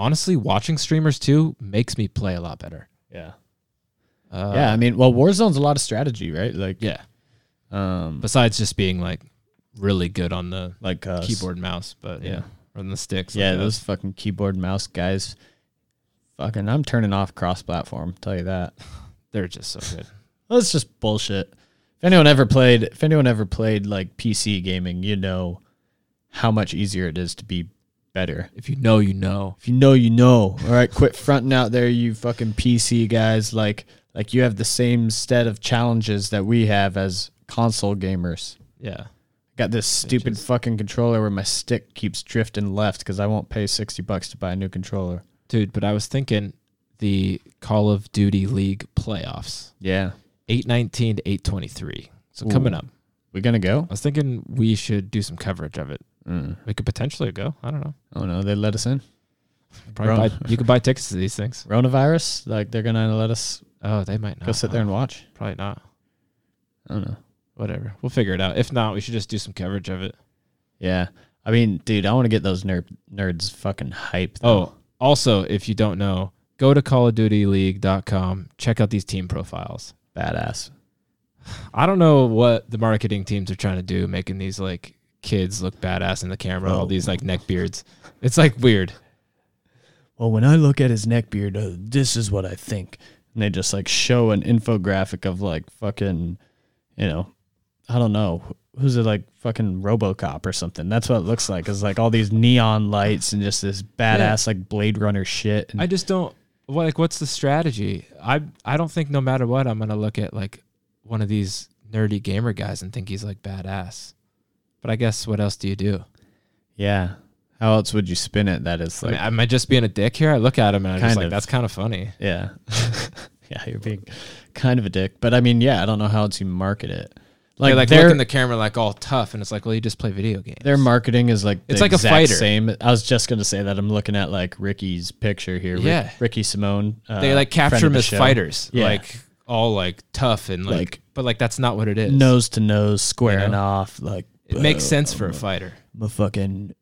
[SPEAKER 5] honestly, watching streamers too makes me play a lot better.
[SPEAKER 4] yeah.
[SPEAKER 5] Uh,
[SPEAKER 4] yeah, I mean, well, Warzone's a lot of strategy, right? Like,
[SPEAKER 5] yeah.
[SPEAKER 4] um,
[SPEAKER 5] Besides just being like really good on the
[SPEAKER 4] like uh,
[SPEAKER 5] keyboard and mouse, but yeah,
[SPEAKER 4] Yeah.
[SPEAKER 5] or on the sticks. like
[SPEAKER 4] Yeah,
[SPEAKER 5] us.
[SPEAKER 4] those fucking keyboard and mouse guys. Fucking, I'm turning off cross-platform. Tell you that.
[SPEAKER 5] they're just so good.
[SPEAKER 4] That's just bullshit. If anyone ever played, if anyone ever played like PC gaming, you know how much easier it is to be better.
[SPEAKER 5] if you know, you know.
[SPEAKER 4] If you know, you know. All right, quit fronting out there, you fucking PC guys. Like, like you have the same set of challenges that we have as console gamers.
[SPEAKER 5] Yeah.
[SPEAKER 4] Got this stupid fucking controller where my stick keeps drifting left because I won't pay 60 bucks to buy a new controller.
[SPEAKER 5] Dude, but I was thinking the Call of Duty League playoffs,
[SPEAKER 4] Yeah.
[SPEAKER 5] 819 to 823. So coming up.
[SPEAKER 4] We gonna go?
[SPEAKER 5] I was thinking we should do some coverage of it.
[SPEAKER 4] Mm.
[SPEAKER 5] We could potentially go. I don't know.
[SPEAKER 4] Oh no, they let us in.
[SPEAKER 5] Probably
[SPEAKER 4] Bro.
[SPEAKER 5] buy, you could buy tickets to these things.
[SPEAKER 4] Coronavirus, like they're gonna let us
[SPEAKER 5] Oh, they might not.
[SPEAKER 4] go sit there and watch.
[SPEAKER 5] Probably not.
[SPEAKER 4] I don't know.
[SPEAKER 5] Whatever. We'll figure it out. If not, we should just do some coverage of it.
[SPEAKER 4] Yeah, I mean, dude, I want to get those nerd nerds fucking hype.
[SPEAKER 5] Oh, also, if you don't know, go to callofdutyleague.com, check out these team profiles.
[SPEAKER 4] badass.
[SPEAKER 5] I don't know what the marketing teams are trying to do, making these like kids look badass in the camera,
[SPEAKER 4] Oh.
[SPEAKER 5] all these like neck beards. It's like weird.
[SPEAKER 4] Well, when I look at his neck beard, uh, this is what I think. And they just like show an infographic of like fucking, you know, I don't know. Who's it like fucking Robocop or something? That's what it looks like. It's like all these neon lights and just this badass like Blade Runner shit. And
[SPEAKER 5] I just don't what, like what's the strategy? I I don't think no matter what I'm gonna look at like one of these nerdy gamer guys and think he's like badass. But I guess what else do you do?
[SPEAKER 4] yeah. How else would you spin it? That is
[SPEAKER 5] I
[SPEAKER 4] like,
[SPEAKER 5] mean, am I just being a dick here? I look at him and I'm just
[SPEAKER 4] Kind
[SPEAKER 5] like,
[SPEAKER 4] of.
[SPEAKER 5] that's kind of funny.
[SPEAKER 4] yeah. yeah, you're being kind of a dick. But I mean, yeah, I don't know how else you market it. Like,
[SPEAKER 5] They like
[SPEAKER 4] they're-
[SPEAKER 5] look in the camera like all tough, and it's like, well, you just play video games.
[SPEAKER 4] Their marketing is like the
[SPEAKER 5] It's like a
[SPEAKER 4] exact
[SPEAKER 5] fighter.
[SPEAKER 4] Same. I was just gonna say that I'm looking at like Ricky's picture here. Rick-
[SPEAKER 5] Yeah.
[SPEAKER 4] Ricky Simone. Uh,
[SPEAKER 5] they like
[SPEAKER 4] friend
[SPEAKER 5] capture
[SPEAKER 4] of
[SPEAKER 5] him
[SPEAKER 4] the
[SPEAKER 5] as
[SPEAKER 4] show.
[SPEAKER 5] fighters,
[SPEAKER 4] Yeah.
[SPEAKER 5] like all like tough and like,
[SPEAKER 4] Like-
[SPEAKER 5] but like that's not what it is.
[SPEAKER 4] nose to nose, squaring
[SPEAKER 5] You know?
[SPEAKER 4] off. Like
[SPEAKER 5] it makes sense for a fighter.
[SPEAKER 4] My fucking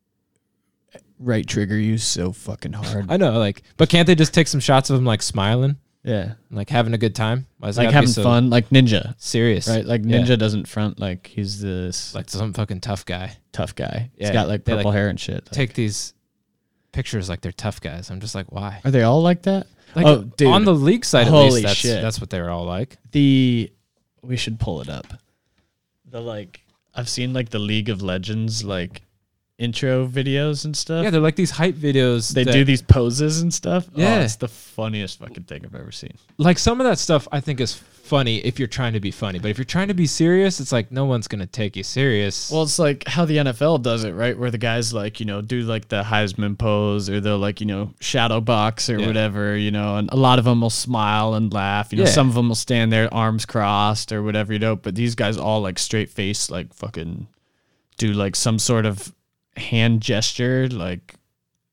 [SPEAKER 4] right trigger you so fucking hard.
[SPEAKER 5] I know, like, but can't they just take some shots of him like smiling,
[SPEAKER 4] yeah,
[SPEAKER 5] like having a good time? Why does it
[SPEAKER 4] like
[SPEAKER 5] gotta be
[SPEAKER 4] having
[SPEAKER 5] so
[SPEAKER 4] fun, like Ninja,
[SPEAKER 5] serious,
[SPEAKER 4] right? Like
[SPEAKER 5] Yeah.
[SPEAKER 4] Ninja doesn't front like he's this
[SPEAKER 5] like some fucking tough guy.
[SPEAKER 4] tough guy.
[SPEAKER 5] Yeah.
[SPEAKER 4] He's got like
[SPEAKER 5] They, like,
[SPEAKER 4] purple hair and shit. Like,
[SPEAKER 5] Take these pictures like they're tough guys. I'm just like, why?
[SPEAKER 4] are they all like that?
[SPEAKER 5] Like
[SPEAKER 4] oh, dude,
[SPEAKER 5] on the league side, at
[SPEAKER 4] Holy
[SPEAKER 5] least that's,
[SPEAKER 4] shit.
[SPEAKER 5] that's what they're all like.
[SPEAKER 4] the we should pull it up. The like I've seen like the League of Legends like intro videos and stuff.
[SPEAKER 5] Yeah, they're like these hype videos.
[SPEAKER 4] they
[SPEAKER 5] that-
[SPEAKER 4] do these poses and stuff.
[SPEAKER 5] Yeah.
[SPEAKER 4] oh, it's the funniest fucking thing I've ever seen.
[SPEAKER 5] like some of that stuff I think is funny if you're trying to be funny, but if you're trying to be serious, it's like no one's gonna take you serious.
[SPEAKER 4] Well, it's like how the NFL does it, right? Where the guys like you know do like the Heisman pose or they'll like you know shadow box or
[SPEAKER 5] Yeah.
[SPEAKER 4] whatever, you know, and a lot of them will smile and laugh. You know,
[SPEAKER 5] Yeah.
[SPEAKER 4] some of them will stand there arms crossed or whatever, you know. But these guys all like straight face, like fucking do like some sort of hand gesture, like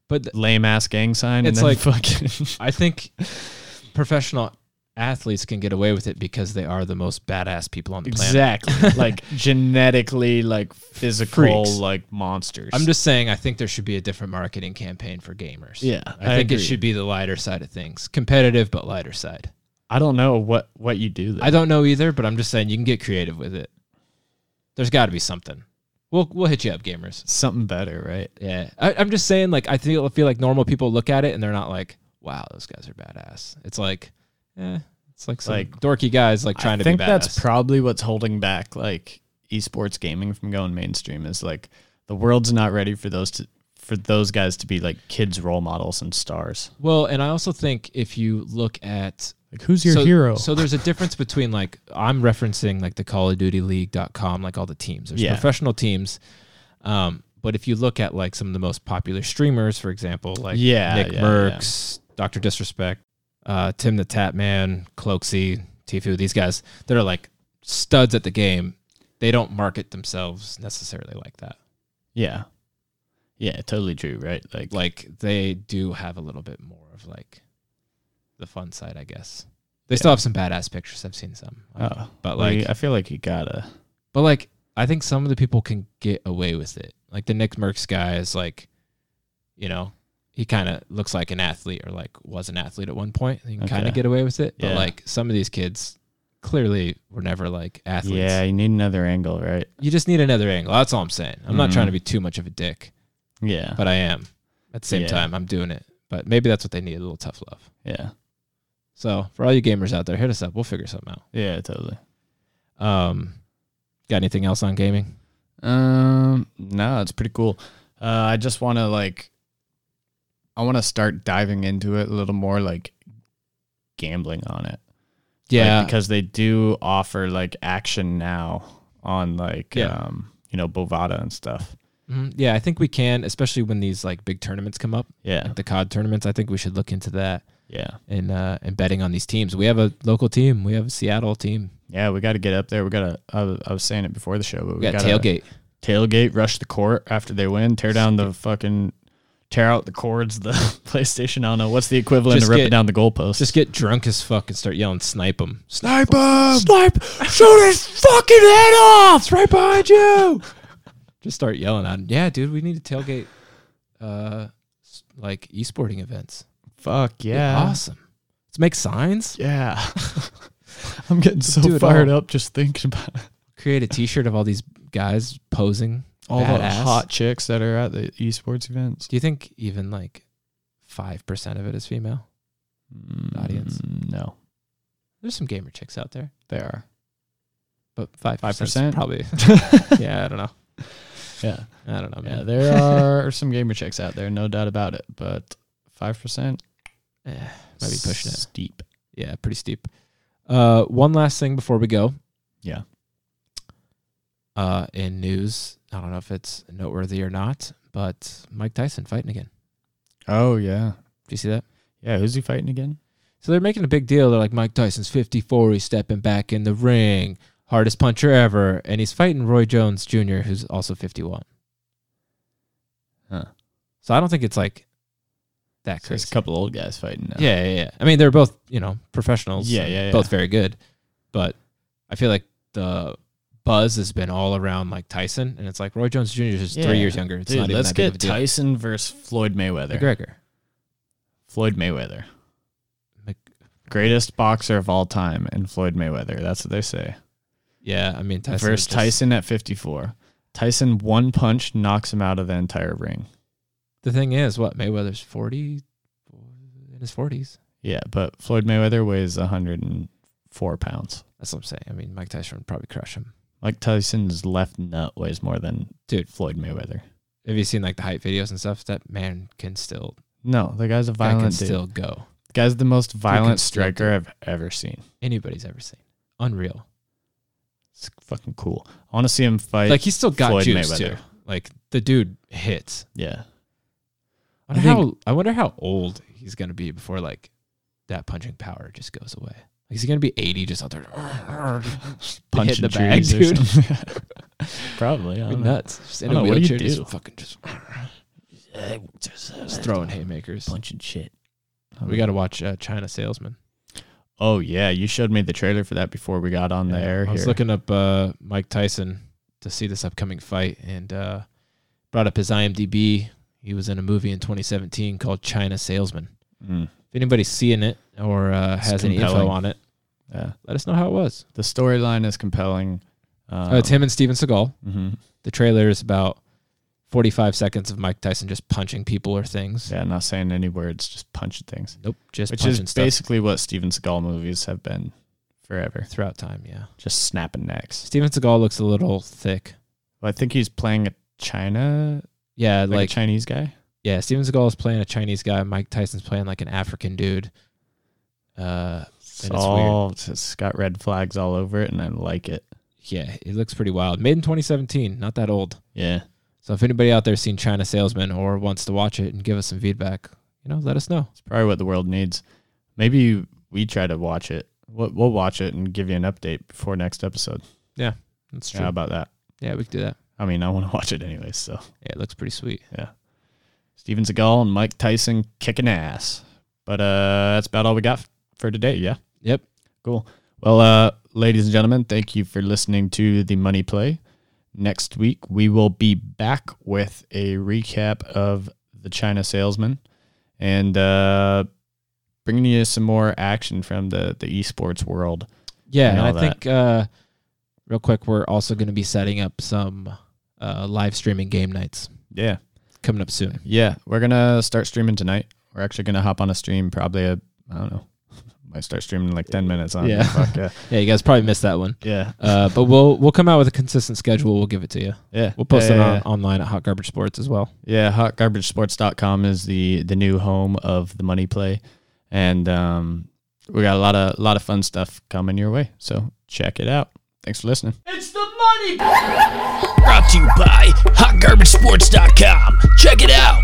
[SPEAKER 5] but th-
[SPEAKER 4] lame ass gang sign.
[SPEAKER 5] It's
[SPEAKER 4] and then
[SPEAKER 5] like-
[SPEAKER 4] fucking
[SPEAKER 5] I think professional athletes can get away with it because they are the most badass people on the planet.
[SPEAKER 4] exactly like genetically like physical
[SPEAKER 5] Freaks.
[SPEAKER 4] like monsters.
[SPEAKER 5] I'm just saying, I think there should be a different marketing campaign for gamers.
[SPEAKER 4] Yeah,
[SPEAKER 5] I,
[SPEAKER 4] I
[SPEAKER 5] think it
[SPEAKER 4] agree.
[SPEAKER 5] should be the lighter side of things, competitive but lighter side.
[SPEAKER 4] I don't know what what you do. There.
[SPEAKER 5] I don't know either, but I'm just saying you can get creative with it. There's got to be something. We'll we'll hit you up, gamers.
[SPEAKER 4] something better, right?
[SPEAKER 5] Yeah, I, I'm just saying. Like, I feel feel like normal people look at it and they're not like, "Wow, those guys are badass." It's like, eh, it's like some
[SPEAKER 4] Like-
[SPEAKER 5] dorky guys like trying
[SPEAKER 4] I
[SPEAKER 5] to
[SPEAKER 4] think
[SPEAKER 5] be badass.
[SPEAKER 4] that's probably what's holding back like esports gaming from going mainstream is like the world's not ready for those to for those guys to be like kids role models and stars.
[SPEAKER 5] well, and I also think if you look at
[SPEAKER 4] Like who's
[SPEAKER 5] so, so there's a difference between like I'm referencing like the Call of Duty League.com, like all the teams. There's
[SPEAKER 4] Yeah.
[SPEAKER 5] professional teams. Um, but if you look at like some of the most popular streamers, for example, like
[SPEAKER 4] Yeah,
[SPEAKER 5] Nick
[SPEAKER 4] yeah,
[SPEAKER 5] Merckx, Dr. Disrespect, uh, Tim the Tatman, Cloaksy, Tfue, these guys that are like studs at the game, they don't market themselves necessarily like that.
[SPEAKER 4] yeah. Yeah, totally true, right? Like,
[SPEAKER 5] Like they do have a little bit more of like the fun side, I guess. They still have some badass pictures. I've seen some.
[SPEAKER 4] oh, well,
[SPEAKER 5] but like
[SPEAKER 4] you- I feel like you gotta
[SPEAKER 5] But like, I think some of the people can get away with it. Like the Nick Merckx guy is like, you know, he kind of looks like an athlete or like was an athlete at one point. You can kind
[SPEAKER 4] Okay.
[SPEAKER 5] of get away with it. But
[SPEAKER 4] Yeah.
[SPEAKER 5] like some of these kids clearly were never like athletes.
[SPEAKER 4] Yeah, you need another angle, right?
[SPEAKER 5] You just need another angle. That's all I'm saying. I'm not
[SPEAKER 4] Mhm.
[SPEAKER 5] trying to be too much of a dick,
[SPEAKER 4] Yeah.
[SPEAKER 5] but I am. At the same
[SPEAKER 4] Yeah.
[SPEAKER 5] time, I'm doing it. But maybe that's what they need a little tough love.
[SPEAKER 4] yeah.
[SPEAKER 5] So for all you gamers out there, hit us up. We'll figure something
[SPEAKER 4] Yeah, totally.
[SPEAKER 5] out. Um, got anything else on gaming?
[SPEAKER 4] Um, no, it's pretty cool. Uh, I just want to like, I want to start diving into it a little more, like gambling on it. Like, because they do offer like action now on like,
[SPEAKER 5] Yeah.
[SPEAKER 4] um, you know, Bovada and stuff.
[SPEAKER 5] Mhm. Yeah, I think we can, especially when these like big tournaments come up,
[SPEAKER 4] Yeah,
[SPEAKER 5] like the COD tournaments. I think we should look into that
[SPEAKER 4] yeah,
[SPEAKER 5] and uh, and betting on these teams. We have a local team. We have a Seattle team.
[SPEAKER 4] yeah. We got to get up there. We got to. I, was- I was saying it before the show, but we,
[SPEAKER 5] We got
[SPEAKER 4] gotta-
[SPEAKER 5] tailgate.
[SPEAKER 4] tailgate, rush the court after they win, tear down the fucking, tear out the cords, the PlayStation. I don't know what's the equivalent
[SPEAKER 5] Just
[SPEAKER 4] to ripping
[SPEAKER 5] get-
[SPEAKER 4] down the goalpost.
[SPEAKER 5] Just get drunk as fuck and start yelling, snipe him.
[SPEAKER 4] snipe him, snipe, shoot his fucking head off. It's right behind you.
[SPEAKER 5] Just start yelling at him. Yeah, dude, we need to tailgate uh, s- like esporting events.
[SPEAKER 4] Fuck
[SPEAKER 5] Be
[SPEAKER 4] yeah,
[SPEAKER 5] Awesome. Let's make signs.
[SPEAKER 4] yeah. I'm getting so
[SPEAKER 5] do it
[SPEAKER 4] fired
[SPEAKER 5] all.
[SPEAKER 4] up just thinking about it.
[SPEAKER 5] Create a t shirt of all these guys posing.
[SPEAKER 4] all the
[SPEAKER 5] badass.
[SPEAKER 4] hot chicks that are at the esports events.
[SPEAKER 5] Do you think even like 5% of it is female? Audience.
[SPEAKER 4] Mm, no,
[SPEAKER 5] There's some gamer chicks out there,
[SPEAKER 4] they are.
[SPEAKER 5] but 5%,
[SPEAKER 4] 5%?
[SPEAKER 5] probably. yeah, I don't know.
[SPEAKER 4] Yeah.
[SPEAKER 5] I don't know, man.
[SPEAKER 4] Yeah, there are some gamer chicks out there, no doubt about it. But five percent
[SPEAKER 5] Eh, might be pushing it.
[SPEAKER 4] steep.
[SPEAKER 5] Yeah, pretty steep. Uh, one last thing before we go.
[SPEAKER 4] Yeah.
[SPEAKER 5] Uh, in news, I don't know if it's noteworthy or not, but Mike Tyson fighting again.
[SPEAKER 4] Oh yeah,
[SPEAKER 5] Do you see that?
[SPEAKER 4] yeah. Who's he fighting again?
[SPEAKER 5] So they're making a big deal. They're like, Mike Tyson's 54. He's stepping back in the ring. Hardest puncher ever. And he's fighting Roy Jones Jr., who's also 51.
[SPEAKER 4] Huh.
[SPEAKER 5] So I don't think it's like that
[SPEAKER 4] So There's
[SPEAKER 5] crazy.
[SPEAKER 4] a couple old guys fighting now.
[SPEAKER 5] Yeah, yeah, yeah. I mean, they're both you know professionals.
[SPEAKER 4] Yeah,
[SPEAKER 5] and
[SPEAKER 4] yeah, yeah.
[SPEAKER 5] Both very good, but I feel like the buzz has been all around like Tyson, and it's like Roy Jones Jr. is just
[SPEAKER 4] Yeah.
[SPEAKER 5] three years younger. It's
[SPEAKER 4] Dude,
[SPEAKER 5] not even
[SPEAKER 4] let's
[SPEAKER 5] that big
[SPEAKER 4] get
[SPEAKER 5] of a deal.
[SPEAKER 4] Tyson versus Floyd Mayweather.
[SPEAKER 5] McGregor.
[SPEAKER 4] Floyd Mayweather,
[SPEAKER 5] Mc-
[SPEAKER 4] greatest boxer of all time, and Floyd Mayweather. That's what they say.
[SPEAKER 5] yeah, I mean Tyson is
[SPEAKER 4] versus
[SPEAKER 5] just-
[SPEAKER 4] Tyson at 54. Tyson one punch knocks him out of the entire ring.
[SPEAKER 5] The thing is, what Mayweather's forty in his forties.
[SPEAKER 4] Yeah, but Floyd Mayweather weighs 104 pounds.
[SPEAKER 5] That's what I'm saying. I mean, Mike Tyson would probably crush him.
[SPEAKER 4] Mike Tyson's left nut weighs more than
[SPEAKER 5] Dude.
[SPEAKER 4] Floyd Mayweather.
[SPEAKER 5] Have you seen like the hype videos and stuff? That man can still
[SPEAKER 4] No, the guy's a
[SPEAKER 5] guy can
[SPEAKER 4] violent dude.
[SPEAKER 5] still go.
[SPEAKER 4] guy's the most violent
[SPEAKER 5] still do
[SPEAKER 4] striker I've ever seen.
[SPEAKER 5] Anybody's ever seen. Unreal.
[SPEAKER 4] It's fucking cool. I want to see him fight.
[SPEAKER 5] Like he's still got
[SPEAKER 4] Floyd
[SPEAKER 5] juice
[SPEAKER 4] Mayweather.
[SPEAKER 5] too. Like the dude hits.
[SPEAKER 4] yeah,
[SPEAKER 5] I wonder
[SPEAKER 4] I
[SPEAKER 5] how I wonder how old he's gonna be before like that punching power just goes away. Like, is he gonna be eighty just out there punching
[SPEAKER 4] punching
[SPEAKER 5] the bag,
[SPEAKER 4] trees or
[SPEAKER 5] dude?
[SPEAKER 4] something. Probably. I
[SPEAKER 5] Be
[SPEAKER 4] don't know.
[SPEAKER 5] nuts. Just in
[SPEAKER 4] I
[SPEAKER 5] a
[SPEAKER 4] don't know, what do you
[SPEAKER 5] wheelchair,
[SPEAKER 4] do?
[SPEAKER 5] just fucking just, just throwing haymakers.
[SPEAKER 4] punching shit.
[SPEAKER 5] We got to watch uh, China Salesman.
[SPEAKER 4] Oh yeah, you showed me the trailer for that before we got on the
[SPEAKER 5] Yeah.
[SPEAKER 4] air
[SPEAKER 5] I was
[SPEAKER 4] here.
[SPEAKER 5] looking up uh, Mike Tyson to see this upcoming fight and uh, brought up his IMDb. He was in a movie in 2017 called China Salesman.
[SPEAKER 4] Mm,
[SPEAKER 5] If anybody's seeing it or uh,
[SPEAKER 4] It's
[SPEAKER 5] has any info
[SPEAKER 4] compelling.
[SPEAKER 5] on it,
[SPEAKER 4] yeah,
[SPEAKER 5] let us know how it was.
[SPEAKER 4] the storyline is compelling. Um,
[SPEAKER 5] Uh, it's him and Steven Seagal.
[SPEAKER 4] mhm.
[SPEAKER 5] The trailer is about 45 seconds of Mike Tyson just punching people or things.
[SPEAKER 4] Yeah, not saying any words, just punching things,
[SPEAKER 5] Nope, just
[SPEAKER 4] which is
[SPEAKER 5] punching stuff
[SPEAKER 4] basically what Steven Seagal movies have been forever,
[SPEAKER 5] throughout time. Yeah,
[SPEAKER 4] just snapping necks.
[SPEAKER 5] Steven Seagal looks a little thick.
[SPEAKER 4] Well, I think he's playing a China,
[SPEAKER 5] Yeah,
[SPEAKER 4] like,
[SPEAKER 5] like,
[SPEAKER 4] a Chinese guy.
[SPEAKER 5] yeah, Steven Seagal is playing a Chinese guy. Mike Tyson's playing like an African dude. Uh,
[SPEAKER 4] It's
[SPEAKER 5] it's
[SPEAKER 4] all it's got red flags all over it, and I like it.
[SPEAKER 5] yeah, it looks pretty wild. Made in 2017, not that old.
[SPEAKER 4] Yeah,
[SPEAKER 5] So if anybody out there's seen China Salesman or wants to watch it and give us some feedback, you know, let us know.
[SPEAKER 4] it's probably what the world needs. Maybe we try to watch it. We'll, we'll watch it and give you an update before next episode.
[SPEAKER 5] That's true.
[SPEAKER 4] How
[SPEAKER 5] Yeah,
[SPEAKER 4] about that?
[SPEAKER 5] we could do that.
[SPEAKER 4] I mean, I want to watch it anyways. So
[SPEAKER 5] Yeah, it looks pretty sweet.
[SPEAKER 4] Steven Seagal and Mike Tyson kicking ass. But uh, that's about all we got f- for today. Yeah.
[SPEAKER 5] Yep.
[SPEAKER 4] Cool. Well, uh, ladies and gentlemen, thank you for listening to the Money Play. Next week, we will be back with a recap of the China Salesman and uh, bringing you some more action from the, the esports world.
[SPEAKER 5] Yeah,
[SPEAKER 4] and all
[SPEAKER 5] and, I
[SPEAKER 4] that.
[SPEAKER 5] think uh, real quick, we're also going to be setting up some uh, live streaming game nights
[SPEAKER 4] Yeah.
[SPEAKER 5] coming up soon.
[SPEAKER 4] Yeah. We're going to start streaming tonight. We're actually going to hop on a stream probably, a, I don't know. Might start streaming in like 10 minutes on.
[SPEAKER 5] Yeah.
[SPEAKER 4] Fuck yeah.
[SPEAKER 5] Yeah, you guys probably missed that one,
[SPEAKER 4] Yeah.
[SPEAKER 5] uh, but we'll we'll come out with a consistent schedule. We'll give it to you.
[SPEAKER 4] Yeah.
[SPEAKER 5] We'll post
[SPEAKER 4] yeah,
[SPEAKER 5] it
[SPEAKER 4] yeah,
[SPEAKER 5] on,
[SPEAKER 4] yeah.
[SPEAKER 5] online at Hot Garbage Sports as well.
[SPEAKER 4] Yeah, hotgarbagesports.com is the the new home of the money play, and um, we got a lot of lot of fun stuff coming your way. So check it out. Thanks for listening.
[SPEAKER 3] Brought to you by HotGarbageSports.com. Check it out.